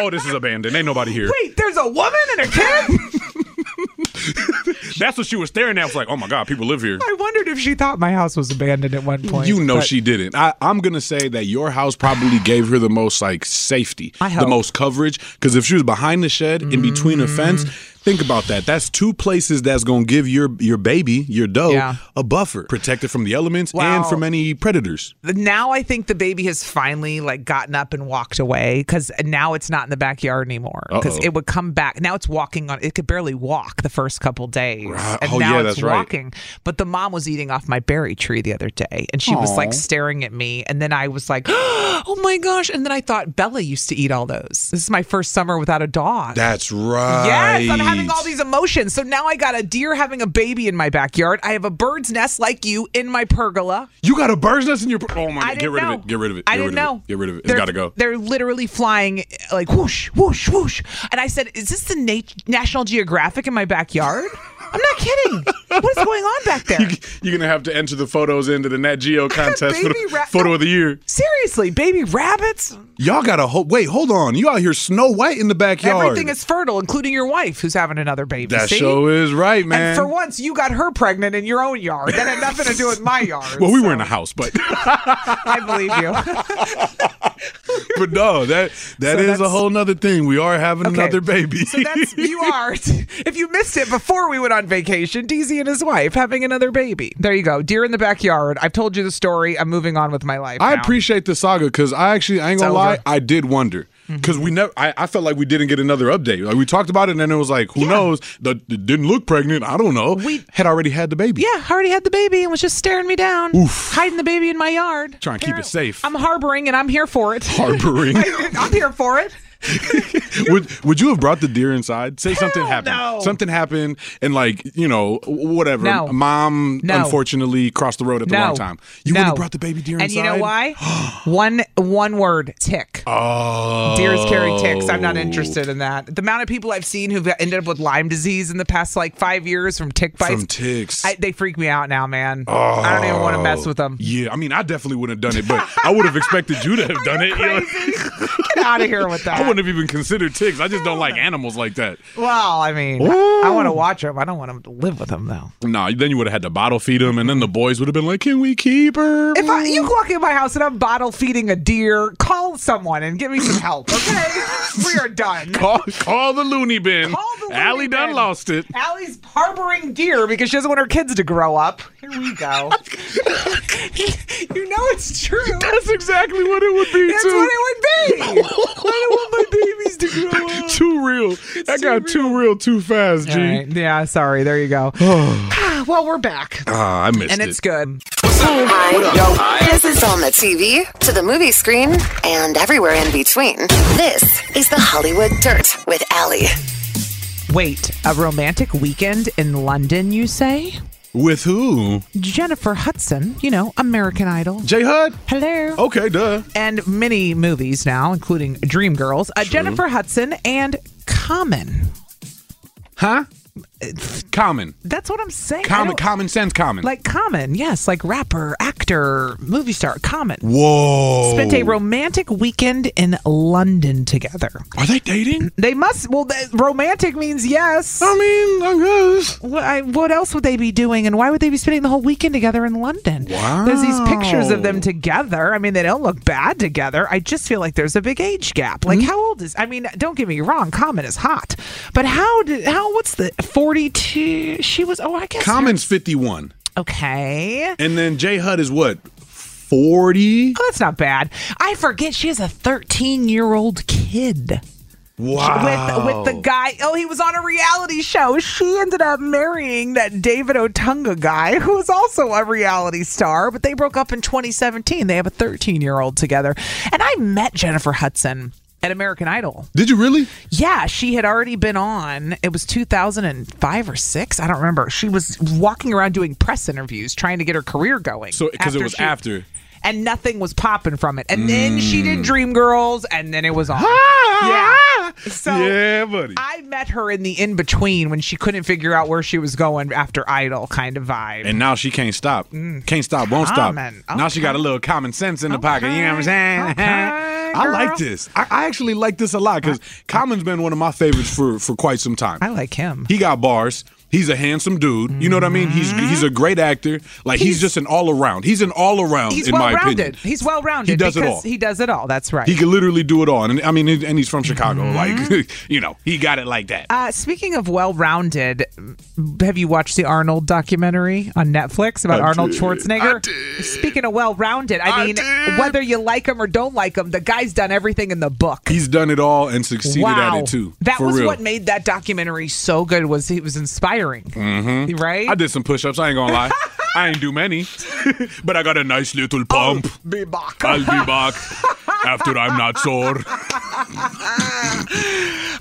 [SPEAKER 5] oh, this is abandoned. Ain't nobody here.
[SPEAKER 3] Wait, there's a woman and a kid.
[SPEAKER 5] That's what she was staring at. I was like, oh my God, people live here.
[SPEAKER 3] I wondered if she thought my house was abandoned at one point.
[SPEAKER 5] You know
[SPEAKER 3] but-
[SPEAKER 5] she didn't. I, I'm gonna say that your house probably gave her the most like safety,
[SPEAKER 3] I
[SPEAKER 5] the
[SPEAKER 3] hope. Mm.
[SPEAKER 5] most coverage. Because if she was behind the shed, in between a fence, Think about that. That's two places that's gonna give your your baby, your doe,
[SPEAKER 3] Yeah.
[SPEAKER 5] a buffer, protected from the elements and from any predators.
[SPEAKER 3] Now I think the baby has finally like gotten up and walked away because now it's not in the backyard anymore because
[SPEAKER 5] Uh-oh.
[SPEAKER 3] it would come back. Now it's walking on. It could barely walk the first couple days, and
[SPEAKER 5] Oh,
[SPEAKER 3] now
[SPEAKER 5] yeah,
[SPEAKER 3] it's
[SPEAKER 5] that's right.
[SPEAKER 3] walking. But the mom was eating off my berry tree the other day, and she was
[SPEAKER 5] Aw.
[SPEAKER 3] like staring at me, and then I was like, "Oh my gosh!" And then I thought Bella used to eat all those. This is my first summer without a dog.
[SPEAKER 5] That's right.
[SPEAKER 3] Yes, I'm having all these emotions. So now I got a deer having a baby in my backyard. I have a bird's nest like you in my pergola.
[SPEAKER 5] You got a bird's nest in your. Oh my!
[SPEAKER 3] I
[SPEAKER 5] Get
[SPEAKER 3] didn't
[SPEAKER 5] rid
[SPEAKER 3] know.
[SPEAKER 5] of it. Get rid of it.
[SPEAKER 3] I
[SPEAKER 5] Get
[SPEAKER 3] didn't
[SPEAKER 5] rid of
[SPEAKER 3] know.
[SPEAKER 5] It. Get rid of it. It's
[SPEAKER 3] They're-
[SPEAKER 5] got to go.
[SPEAKER 3] They're literally flying like whoosh, whoosh, whoosh. And I said, "Is this the nat- National Geographic in my backyard?" I'm not kidding. what is going on back there?
[SPEAKER 5] You're gonna have to enter the photos into the Nat Geo contest for the
[SPEAKER 3] Baby ra-
[SPEAKER 5] photo of the year.
[SPEAKER 3] Seriously, baby rabbits.
[SPEAKER 5] Y'all got to ho- wait. Hold on. You out here Snow White in the backyard.
[SPEAKER 3] Everything is fertile, including your wife, who's having another baby.
[SPEAKER 5] that
[SPEAKER 3] see?
[SPEAKER 5] show is right, man.
[SPEAKER 3] And for once, you got her pregnant in your own yard. That had nothing to do with my yard.
[SPEAKER 5] well, we were in a house, but
[SPEAKER 3] I believe you.
[SPEAKER 5] but no, that that
[SPEAKER 3] So
[SPEAKER 5] is a
[SPEAKER 3] that's-
[SPEAKER 5] whole nother thing. We are having
[SPEAKER 3] Okay.
[SPEAKER 5] another baby.
[SPEAKER 3] So that's you are. If you missed it before we went on vacation, DZ and his wife having another baby. There you go. Deer in the backyard. I've told you the story. I'm moving on with my life.
[SPEAKER 5] I
[SPEAKER 3] now.
[SPEAKER 5] appreciate the saga because I actually I ain't
[SPEAKER 3] It's
[SPEAKER 5] gonna lie,
[SPEAKER 3] over. Mm-hmm.
[SPEAKER 5] I did wonder because we never. I, I felt like we didn't get another update. Like we talked about it, and then it was like, who knows? The, it didn't look pregnant. I don't know. We had already had the baby.
[SPEAKER 3] Yeah, I already had the baby and was just staring me down, hiding the baby in my yard.
[SPEAKER 5] Trying to keep it safe.
[SPEAKER 3] I'm harboring and I'm here for it.
[SPEAKER 5] Harboring.
[SPEAKER 3] I'm here for it.
[SPEAKER 5] would Would you have brought the deer inside? Say something happened.
[SPEAKER 3] no.
[SPEAKER 5] Something happened, and like you know, w- whatever.
[SPEAKER 3] No.
[SPEAKER 5] Mom
[SPEAKER 3] No.
[SPEAKER 5] unfortunately crossed the road at the
[SPEAKER 3] no
[SPEAKER 5] wrong time. You
[SPEAKER 3] no.
[SPEAKER 5] wouldn't have brought the baby deer
[SPEAKER 3] And
[SPEAKER 5] inside.
[SPEAKER 3] you know why? one one word tick.
[SPEAKER 5] Oh,
[SPEAKER 3] Deers carry ticks. I'm not interested in that. The amount of people I've seen who've ended up with Lyme disease in the past like five years from tick bites.
[SPEAKER 5] From ticks. Oh.
[SPEAKER 3] I, they freak me out now, man. I don't even want to mess with them.
[SPEAKER 5] Yeah, I mean, I definitely wouldn't have done it, but I would have expected you to have done it. you know? Oh.
[SPEAKER 3] Get out of here with
[SPEAKER 5] I
[SPEAKER 3] that.
[SPEAKER 5] wouldn't have even considered ticks. I just don't like animals like that.
[SPEAKER 3] well, I mean, I, want to watch them. I don't want them to live with them though.
[SPEAKER 5] Nah, then you would have had to bottle feed them, and then the boys would have been like, "Can we keep her?"
[SPEAKER 3] If I, you walk in my house and I'm bottle feeding a deer, call someone and give me some help, okay? we are done.
[SPEAKER 5] Call, call the loony bin. Allie done lost it.
[SPEAKER 3] Allie's harboring deer because she doesn't want her kids to grow up. Here we go. you know it's true. That's
[SPEAKER 5] exactly what it would be.
[SPEAKER 3] That's
[SPEAKER 5] too.
[SPEAKER 3] what it would be. I don't want my babies to grow up.
[SPEAKER 5] too real. that got too real too fast, G.
[SPEAKER 3] All right. Yeah, sorry. There you go. well, we're back.
[SPEAKER 5] Ah, I missed
[SPEAKER 3] and
[SPEAKER 5] it.
[SPEAKER 3] it's good.
[SPEAKER 2] Hi. This is on the TV, to the movie screen, and everywhere in between. This is the Hollywood Dirt with Allie.
[SPEAKER 3] Wait, a romantic weekend in London, you say?
[SPEAKER 5] With who?
[SPEAKER 3] Jennifer Hudson, you know, American Idol.
[SPEAKER 5] J Hud?
[SPEAKER 3] Hello.
[SPEAKER 5] Okay, duh.
[SPEAKER 3] And many movies now, including Dreamgirls, uh, Jennifer Hudson, and Common.
[SPEAKER 5] Huh? Common.
[SPEAKER 3] That's what I'm saying. I
[SPEAKER 5] Common.
[SPEAKER 3] don't-
[SPEAKER 5] Common sense. Common.
[SPEAKER 3] Like Common, yes, like rapper, actor, movie star, Common.
[SPEAKER 5] Whoa.
[SPEAKER 3] Spent a romantic weekend in London together.
[SPEAKER 5] Are they dating?
[SPEAKER 3] They must. Well, th- romantic means yes. I
[SPEAKER 5] mean, I guess.
[SPEAKER 3] What, I, what else would they be doing, and why would they be spending the whole weekend together in London?
[SPEAKER 5] Wow.
[SPEAKER 3] There's these pictures of them together. I mean, they don't look bad together. I just feel like there's a big age gap. Like, how old is? I mean, don't get me wrong. Common is hot, but how did? How? What's the 42? She was. Oh, I guess. her-
[SPEAKER 5] Common's 51.
[SPEAKER 3] Okay.
[SPEAKER 5] And then J Hud is what? 40?
[SPEAKER 3] Oh, that's not bad. I forget she has a 13 year old kid.
[SPEAKER 5] Wow.
[SPEAKER 3] With, with the guy. Oh, he was on a reality show. She ended up marrying that David Otunga guy, who was also a reality star, but they broke up in 2017. They have a 13 year old together. And I met Jennifer Hudson at American Idol.
[SPEAKER 5] Did you really?
[SPEAKER 3] Yeah, she had already been on. It was 2005 or 6. I don't remember. She was walking around doing press interviews trying to get her career going.
[SPEAKER 5] So, because it was
[SPEAKER 3] she-
[SPEAKER 5] after.
[SPEAKER 3] and nothing was popping from it. And then she
[SPEAKER 5] Mm.
[SPEAKER 3] did Dreamgirls, and then it was on. yeah. So
[SPEAKER 5] yeah, buddy.
[SPEAKER 3] I met her in the in between when she couldn't figure out where she was going after Idol kind of vibe.
[SPEAKER 5] And now she can't stop. Can't stop, won't stop.
[SPEAKER 3] Mm. Common.
[SPEAKER 5] Now she got a little common sense in the pocket. You know what I'm saying? I like this. I, I actually like this a lot because Common's been one of my favorites for, for quite some time. I
[SPEAKER 3] like him.
[SPEAKER 5] He got bars. He's a handsome dude. You know what I mean? He's
[SPEAKER 3] Mm-hmm.
[SPEAKER 5] he's a great actor. Like he's, just an all around. He's an all around
[SPEAKER 3] He's
[SPEAKER 5] in
[SPEAKER 3] well
[SPEAKER 5] my opinion.
[SPEAKER 3] rounded. He's well rounded.
[SPEAKER 5] He does it
[SPEAKER 3] because
[SPEAKER 5] all.
[SPEAKER 3] He does it all. That's right. Mm-hmm.
[SPEAKER 5] He can literally do it all, and I mean, and he's from Chicago. Like, you know, he got it like that.
[SPEAKER 3] Uh, speaking of well-rounded, have you watched the Arnold documentary on Netflix about
[SPEAKER 5] I
[SPEAKER 3] Arnold
[SPEAKER 5] did.
[SPEAKER 3] Schwarzenegger? Speaking of well-rounded, I, mean, whether you like him or don't like him, the guy's done everything in the book.
[SPEAKER 5] He's done it all and succeeded
[SPEAKER 3] wow,
[SPEAKER 5] at it too.
[SPEAKER 3] that
[SPEAKER 5] for
[SPEAKER 3] was
[SPEAKER 5] real.
[SPEAKER 3] what made that documentary so good. Was it was inspiring?
[SPEAKER 5] Mm-hmm.
[SPEAKER 3] Right?
[SPEAKER 5] I did some push-ups. I ain't gonna lie. I ain't do many, but I got a nice little pump.
[SPEAKER 3] be back.
[SPEAKER 5] I'll be back after I'm not sore.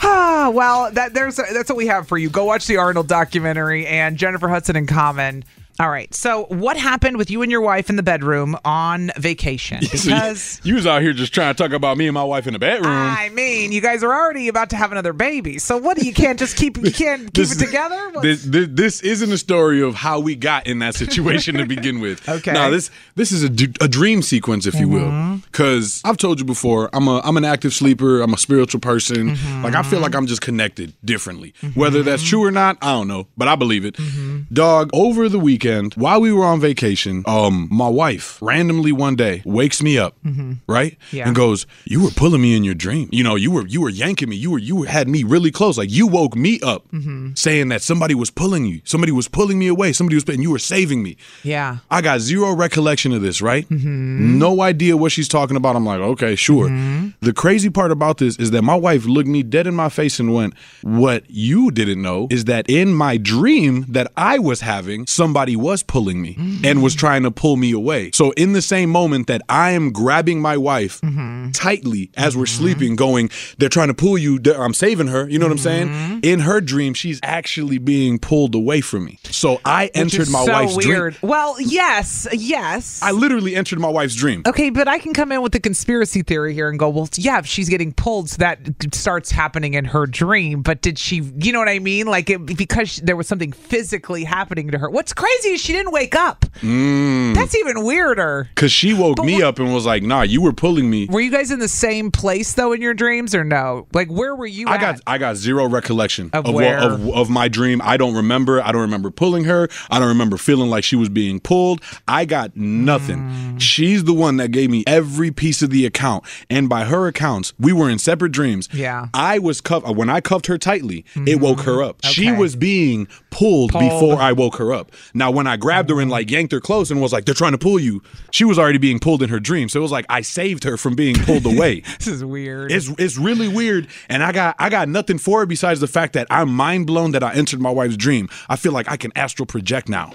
[SPEAKER 3] Ah, well, that there's that's what we have for you. Go watch the Arnold documentary and Jennifer Hudson in common. All right. So, what happened with you and your wife in the bedroom on vacation?
[SPEAKER 5] So you-
[SPEAKER 3] Because
[SPEAKER 5] you, was out here just trying to talk about me and my wife in the bedroom.
[SPEAKER 3] I mean, you guys are already about to have another baby. So what do you can't just keep you can't keep
[SPEAKER 5] This-
[SPEAKER 3] it together? What-
[SPEAKER 5] This, this, this isn't a story of how we got in that situation to begin with.
[SPEAKER 3] Okay. Mm-hmm.
[SPEAKER 5] Now this this is a, d- a dream sequence, if you will, because I've told you before, I'm a I'm an active sleeper. I'm a spiritual person.
[SPEAKER 3] Mm-hmm.
[SPEAKER 5] Like I feel like I'm just connected differently. Whether that's true or not, I don't know, but I believe it. Dog. Over the weekend, while we were on vacation, um, my wife randomly one day wakes me up, right,
[SPEAKER 12] Yeah.
[SPEAKER 5] and goes, "You were pulling me in your dream. You know, you were you were yanking me. You were you were, had me really close. Like you woke me up." saying that somebody was pulling you, somebody was pulling me away, somebody was, and you were saving me.
[SPEAKER 3] Yeah. Mm-hmm.
[SPEAKER 5] I got zero recollection of this, right? No idea what she's talking about. I'm like, okay, sure. The crazy part about this is that my wife looked me dead in my face and went, What you didn't know is that in my dream that I was having, somebody was pulling me
[SPEAKER 3] Mm-hmm.
[SPEAKER 5] and was trying to pull me away. So, in the same moment that I am grabbing my wife
[SPEAKER 3] Mm-hmm.
[SPEAKER 5] tightly as we're sleeping, going, They're trying to pull you, they're- I'm saving her. You know what I'm
[SPEAKER 3] Mm-hmm.
[SPEAKER 5] saying? In her dream, she's actually being pulled away from me. So, I
[SPEAKER 3] which
[SPEAKER 5] entered
[SPEAKER 3] is
[SPEAKER 5] my
[SPEAKER 3] so
[SPEAKER 5] wife's dream.
[SPEAKER 3] weird. Well, yes, yes.
[SPEAKER 5] I literally entered my wife's dream.
[SPEAKER 3] Okay, but I can come in with the conspiracy theory here and go, well, yeah, if she's getting pulled, so that starts happening in her dream. But did she, you know what I mean? Like, it, because there was something physically happening to her. What's crazy is she didn't wake up.
[SPEAKER 5] Mm.
[SPEAKER 3] That's even weirder.
[SPEAKER 5] Cause she woke me up and was like, "Nah, you were pulling me."
[SPEAKER 3] Were you guys in the same place, though, in your dreams or no? Like, where were you
[SPEAKER 5] I
[SPEAKER 3] at?
[SPEAKER 5] got I got zero recollection
[SPEAKER 3] Of
[SPEAKER 5] of, what-
[SPEAKER 3] where?
[SPEAKER 5] of of my dream. I don't remember. I don't remember pulling her. I don't remember feeling like she was being pulled. I got nothing.
[SPEAKER 3] Mm.
[SPEAKER 5] She's the one that gave me every piece of the account, and by her accounts, we were in separate dreams.
[SPEAKER 3] Yeah. Mm-hmm.
[SPEAKER 5] I was cuff when I cuffed her tightly, it woke her up. She was being pulled,
[SPEAKER 3] Pulled.
[SPEAKER 5] before I woke her up. Now when I grabbed her and like yanked her close and was like, "They're trying to pull you," she was already being pulled in her dream. So it was like I saved her from being pulled away.
[SPEAKER 3] This is weird.
[SPEAKER 5] It's it's really weird, and I got I got nothing for it besides the fact that I'm mind blown that I entered my wife's dream. I feel like I can astral project now.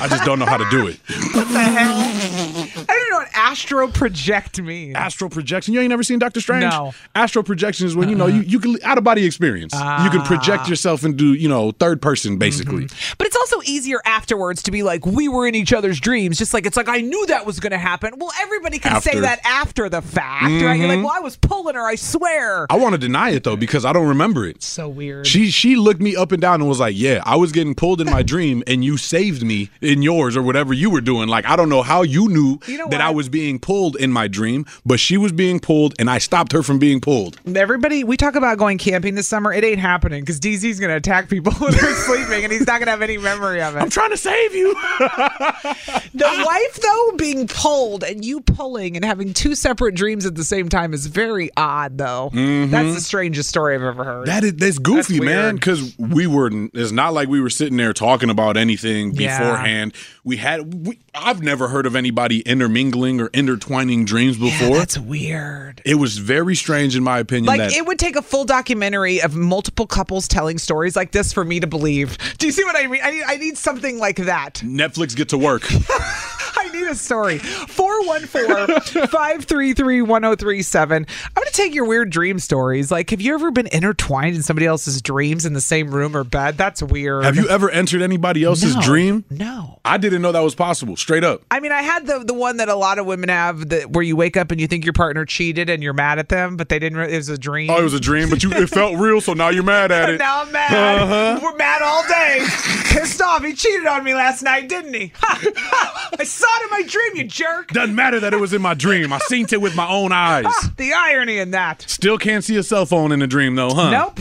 [SPEAKER 5] I just don't know how to do it.
[SPEAKER 3] What the hell? I don't know what astro project means.
[SPEAKER 5] Astral projection. You ain't never seen Doctor Strange.
[SPEAKER 3] No. Uh-huh.
[SPEAKER 5] Astral projection is when you know you you can out of body experience. you can
[SPEAKER 3] Ah.
[SPEAKER 5] project yourself into you know third person basically.
[SPEAKER 3] But it's also easier afterwards to be like, we were in each other's dreams. Just like it's like I knew that was going to happen. Well, everybody can say
[SPEAKER 5] After.
[SPEAKER 3] that after the fact, right? You're like,
[SPEAKER 5] Mhm.
[SPEAKER 3] well, I was pulling her. I swear.
[SPEAKER 5] I want to deny it though because I don't remember it.
[SPEAKER 3] So weird.
[SPEAKER 5] She she looked me up and down and was like, "Yeah, I was getting pulled in my dream, and you saved me in yours or whatever you were doing. Like I don't know how you knew that I was being pulled in my dream, but she was being pulled, and I stopped her from being pulled.
[SPEAKER 3] Everybody, we talk about going camping this summer. It ain't happening because DZ's going to attack people when they're sleeping and he's not going to have any memory of it. I'm
[SPEAKER 5] trying to save you.
[SPEAKER 3] the wife, though, being pulled and you pulling and having two separate dreams at the same time is very odd, though. That's the strangest story I've ever heard.
[SPEAKER 5] That is that's goofy, man. Because we were. It's not like we were sitting there talking about anything
[SPEAKER 3] Yeah.
[SPEAKER 5] beforehand. We had. We, I've never heard of anybody intermingling or intertwining dreams before.
[SPEAKER 3] that's weird.
[SPEAKER 5] It was very strange, in my opinion.
[SPEAKER 3] Like
[SPEAKER 5] that
[SPEAKER 3] it would take a full documentary of multiple couples telling stories like this for me to believe. Do you see what I mean? I need, I need something like that.
[SPEAKER 5] Netflix get to work.
[SPEAKER 3] I need a story. 414-533-1037. I'm going to take your weird dream stories. Like have you ever been intertwined in somebody else's dreams in the same room or bed? That's weird.
[SPEAKER 5] Have you ever entered anybody else's
[SPEAKER 3] No.
[SPEAKER 5] dream?
[SPEAKER 3] No.
[SPEAKER 5] I didn't know that was possible. Straight up.
[SPEAKER 3] I mean, I had the the one that a lot of women have that where you wake up and you think your partner cheated and you're mad at them, but they didn't. Re- it was a dream.
[SPEAKER 5] Oh, it was a dream, but you it felt real, so now you're mad at it.
[SPEAKER 3] now I'm mad.
[SPEAKER 5] Uh-huh.
[SPEAKER 3] We're mad all day. Pissed off. He cheated on me last night, didn't he? I saw it in my dream, you jerk.
[SPEAKER 5] Doesn't matter that it was in my dream. I seen it with my own eyes.
[SPEAKER 3] The irony in that.
[SPEAKER 5] Still can't see a cell phone in a dream though, huh?
[SPEAKER 3] Nope.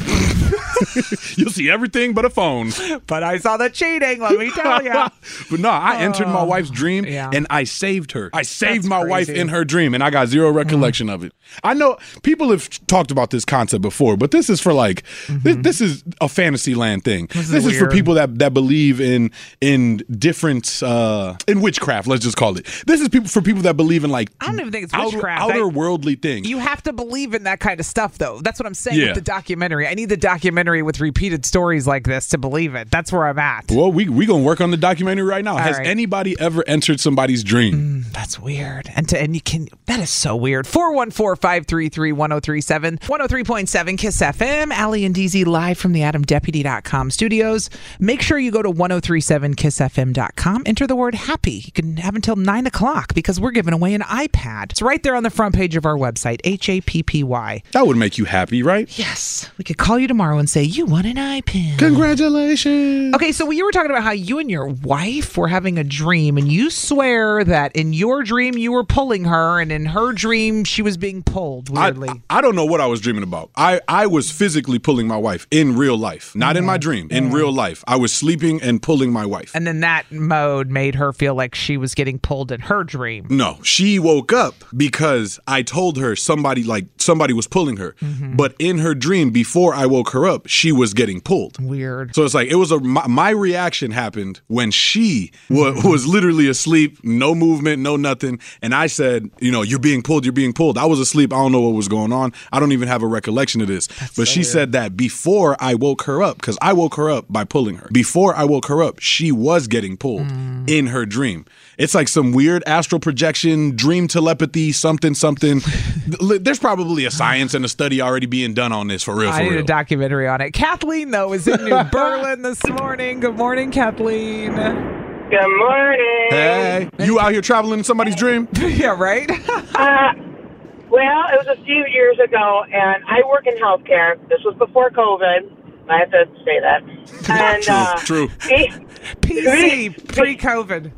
[SPEAKER 5] You'll see everything but a phone.
[SPEAKER 3] But I saw the cheating, let me tell ya. Oh,
[SPEAKER 5] but no, I entered my wife's dream and I saved her. I saved my wife
[SPEAKER 3] crazy. Mm-hmm.
[SPEAKER 5] in her dream and I got zero recollection of it. I know people have talked about this concept before, but this is for like thi- this, is a fantasy land thing. This,
[SPEAKER 3] Mm-hmm. is
[SPEAKER 5] is, for
[SPEAKER 3] weird.
[SPEAKER 5] people that that believe in in different uh in witchcraft, let's just call it. This is people for people that believe in like
[SPEAKER 3] I don't even think it's
[SPEAKER 5] outer,
[SPEAKER 3] witchcraft.
[SPEAKER 5] outer
[SPEAKER 3] I-
[SPEAKER 5] worldly things.
[SPEAKER 3] You have to believe in that kind of stuff, though. That's what I'm saying
[SPEAKER 5] Yeah.
[SPEAKER 3] with the documentary. I need the documentary with repeated stories like this to believe it. That's where I'm at.
[SPEAKER 5] Well, we we gonna work on the documentary right now.
[SPEAKER 3] All
[SPEAKER 5] Has
[SPEAKER 3] right.
[SPEAKER 5] anybody ever entered somebody's dream?
[SPEAKER 3] That's weird. And to, and you can that is so weird. 414-533-1037. 103.7 KISS FM. Ali and DZ live from the AdamDeputy.com studios. Make sure you go to 1037kissfm.com. Enter the word happy. You can have until nine o'clock because we're giving away an iPad. It's right there on the front page of our website, H A P P Y.
[SPEAKER 5] That would make you happy, right?
[SPEAKER 3] Yes. We could call you tomorrow and say, You won an iPad.
[SPEAKER 5] Congratulations.
[SPEAKER 3] Okay, so you were talking about how you and your wife were having a dream, and you swear that in your dream you were pulling her, and in her dream she was being pulled weirdly.
[SPEAKER 5] I, I don't know what I was dreaming about. I, I was physically pulling my wife in real life, not in my dream, in real life. I was sleeping and pulling my wife.
[SPEAKER 3] and then that mode made her feel like she was getting pulled in her dream.
[SPEAKER 5] No, she woke up because I told her somebody like somebody was pulling her. But in her dream before I woke her up, she was getting pulled.
[SPEAKER 3] Weird.
[SPEAKER 5] So it's like it was a my, my reaction happened when she wa-
[SPEAKER 3] Mm-hmm.
[SPEAKER 5] was literally asleep, no movement, no nothing, and I said, you know, you're being pulled, you're being pulled. I was asleep, I don't know what was going on. I don't even have a recollection of this. but she said that before I woke her up cuz I woke her up by pulling her. Before I woke her up, she was getting pulled
[SPEAKER 3] Mm.
[SPEAKER 5] in her dream. It's like some weird astral projection, dream telepathy, something something. Th- There's probably a science and a study already being done on this for real for
[SPEAKER 3] I need
[SPEAKER 5] real.
[SPEAKER 3] a documentary on it. Kathleen though is in New Berlin this morning. Good morning, Kathleen. Good
[SPEAKER 12] morning.
[SPEAKER 5] Hey, you out here traveling in somebody's dream?
[SPEAKER 3] yeah, right?
[SPEAKER 12] uh, well, it was a few years ago, and I work in healthcare. This was before COVID. I have to say that. And, uh,
[SPEAKER 5] True.
[SPEAKER 3] PC pre-COVID.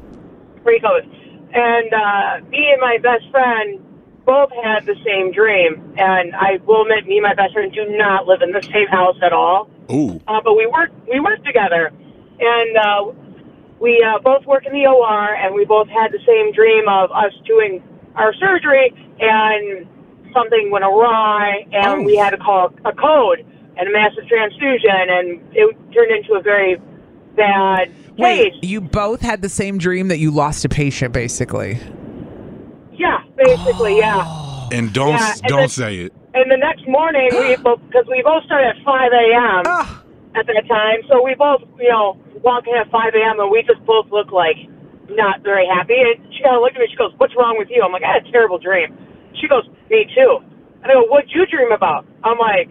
[SPEAKER 12] Pre-COVID. And uh, me and my best friend both had the same dream, and I will admit, me and my best friend do not live in the same house at all.
[SPEAKER 5] Ooh.
[SPEAKER 12] Uh, but we work we work together, and uh, we uh, both work in the OR, and we both had the same dream of us doing our surgery, and something went awry, and we had to call a code and a massive transfusion, and it turned into a very bad
[SPEAKER 3] Wait, you both had the same dream that you lost a patient, basically.
[SPEAKER 12] yeah, basically yeah.
[SPEAKER 5] And don't
[SPEAKER 12] Yeah, and
[SPEAKER 5] don't
[SPEAKER 12] then-
[SPEAKER 5] say it.
[SPEAKER 12] And the next morning, we both because we both started at five a.m. at that time, so we both you know walk in at five a.m. and we just both look like not very happy. And she kind of looked at me. She goes, "What's wrong with you?" I'm like, "I had a terrible dream." She goes, "Me too." And I go, "What'd you dream about?" I'm like,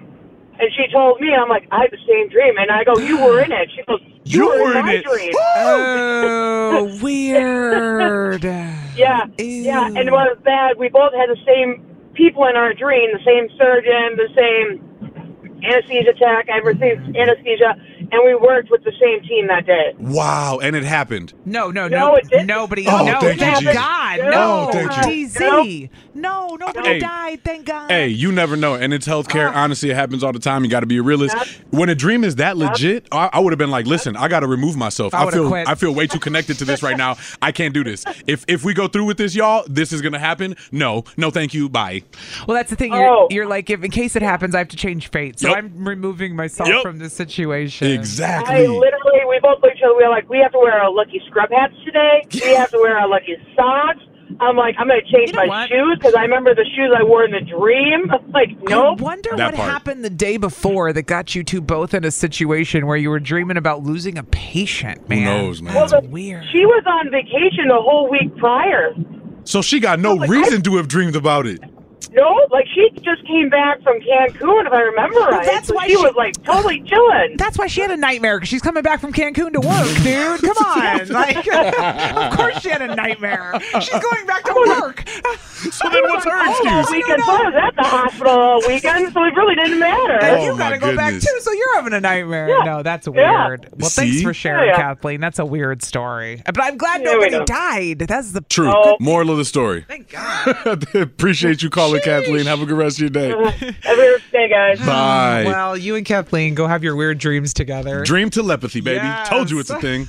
[SPEAKER 12] and she told me, I'm like, "I had the same dream." And I go, "You were in it." She goes, "You, were in, my dream."
[SPEAKER 3] Oh, weird.
[SPEAKER 12] Yeah, yeah, and it was bad. We both had the same people in our dream, the same surgeon, the same anesthesia tech. I received anesthesia, and we worked with the same team that day.
[SPEAKER 5] Wow, and it happened.
[SPEAKER 3] No, no,
[SPEAKER 12] No,
[SPEAKER 3] no.
[SPEAKER 12] it didn't.
[SPEAKER 3] Nobody.
[SPEAKER 5] Oh,
[SPEAKER 3] no,
[SPEAKER 5] thank you, Jesus.
[SPEAKER 3] God.
[SPEAKER 5] No.
[SPEAKER 3] No.
[SPEAKER 5] Oh, thank you.
[SPEAKER 3] DZ. No, nobody
[SPEAKER 5] Hey.
[SPEAKER 3] died. Thank God. Ah.
[SPEAKER 5] Hey, you never know. And it's healthcare. Honestly, it happens all the time. You got to be a realist.
[SPEAKER 3] Yep.
[SPEAKER 5] When a dream is that legit, I, I would have been like, "Listen, I got to remove myself.
[SPEAKER 3] I
[SPEAKER 5] I,
[SPEAKER 3] would've
[SPEAKER 5] feel
[SPEAKER 3] quit.
[SPEAKER 5] I feel way too connected to this right now. I can't do this. If if we go through with this, y'all, this is gonna happen. No, no, thank you. Bye.
[SPEAKER 3] Well, that's the thing. You're,
[SPEAKER 12] Oh.
[SPEAKER 3] you're like, if in case it happens, I have to change fate. So
[SPEAKER 5] Yep.
[SPEAKER 3] I'm removing myself
[SPEAKER 5] Yep.
[SPEAKER 3] from this situation.
[SPEAKER 12] I literally, we both looked at each other. We were like, we have to wear our lucky scrub hats today. We have to wear our lucky socks. I'm like, I'm going to change my shoes because I remember the shoes I wore in the dream. I'm like, nope.
[SPEAKER 3] I wonder
[SPEAKER 12] That
[SPEAKER 3] what
[SPEAKER 12] part.
[SPEAKER 3] happened the day before that got you two both in a situation where you were dreaming about losing a patient, man.
[SPEAKER 5] knows, man?
[SPEAKER 12] Well, the- She was on vacation the whole week prior.
[SPEAKER 5] So she got
[SPEAKER 3] Oh
[SPEAKER 5] no reason to have dreamed about it.
[SPEAKER 12] No, like she just came back from Cancun, if I remember right.
[SPEAKER 3] that's
[SPEAKER 12] So
[SPEAKER 3] why
[SPEAKER 12] she,
[SPEAKER 3] she-
[SPEAKER 12] was like totally chilling.
[SPEAKER 3] That's why she had a nightmare because she's coming back from Cancun to work, dude. Come on. Like, of course she had a nightmare. She's going back to work.
[SPEAKER 5] So
[SPEAKER 3] then what's her
[SPEAKER 12] All weekend, so I was at the hospital all weekend, so it really didn't matter.
[SPEAKER 3] And you gotta go back too, so you're having a nightmare.
[SPEAKER 12] Yeah.
[SPEAKER 3] No, that's weird.
[SPEAKER 12] Yeah.
[SPEAKER 3] Well, thanks
[SPEAKER 5] See?
[SPEAKER 3] for sharing,
[SPEAKER 5] Yeah.
[SPEAKER 3] Kathleen. That's a weird story. But I'm glad
[SPEAKER 12] There we
[SPEAKER 3] nobody
[SPEAKER 12] go.
[SPEAKER 3] died. That's the Oh.
[SPEAKER 5] True.
[SPEAKER 3] good
[SPEAKER 5] Moral of the story. Thank God. Appreciate you calling
[SPEAKER 4] with Kathleen. Have a good rest of your day.
[SPEAKER 12] Have a good day, guys.
[SPEAKER 4] Bye.
[SPEAKER 3] Hmm, Well, you and Kathleen go have your weird dreams together.
[SPEAKER 4] Dream telepathy, baby. Told you it's a thing.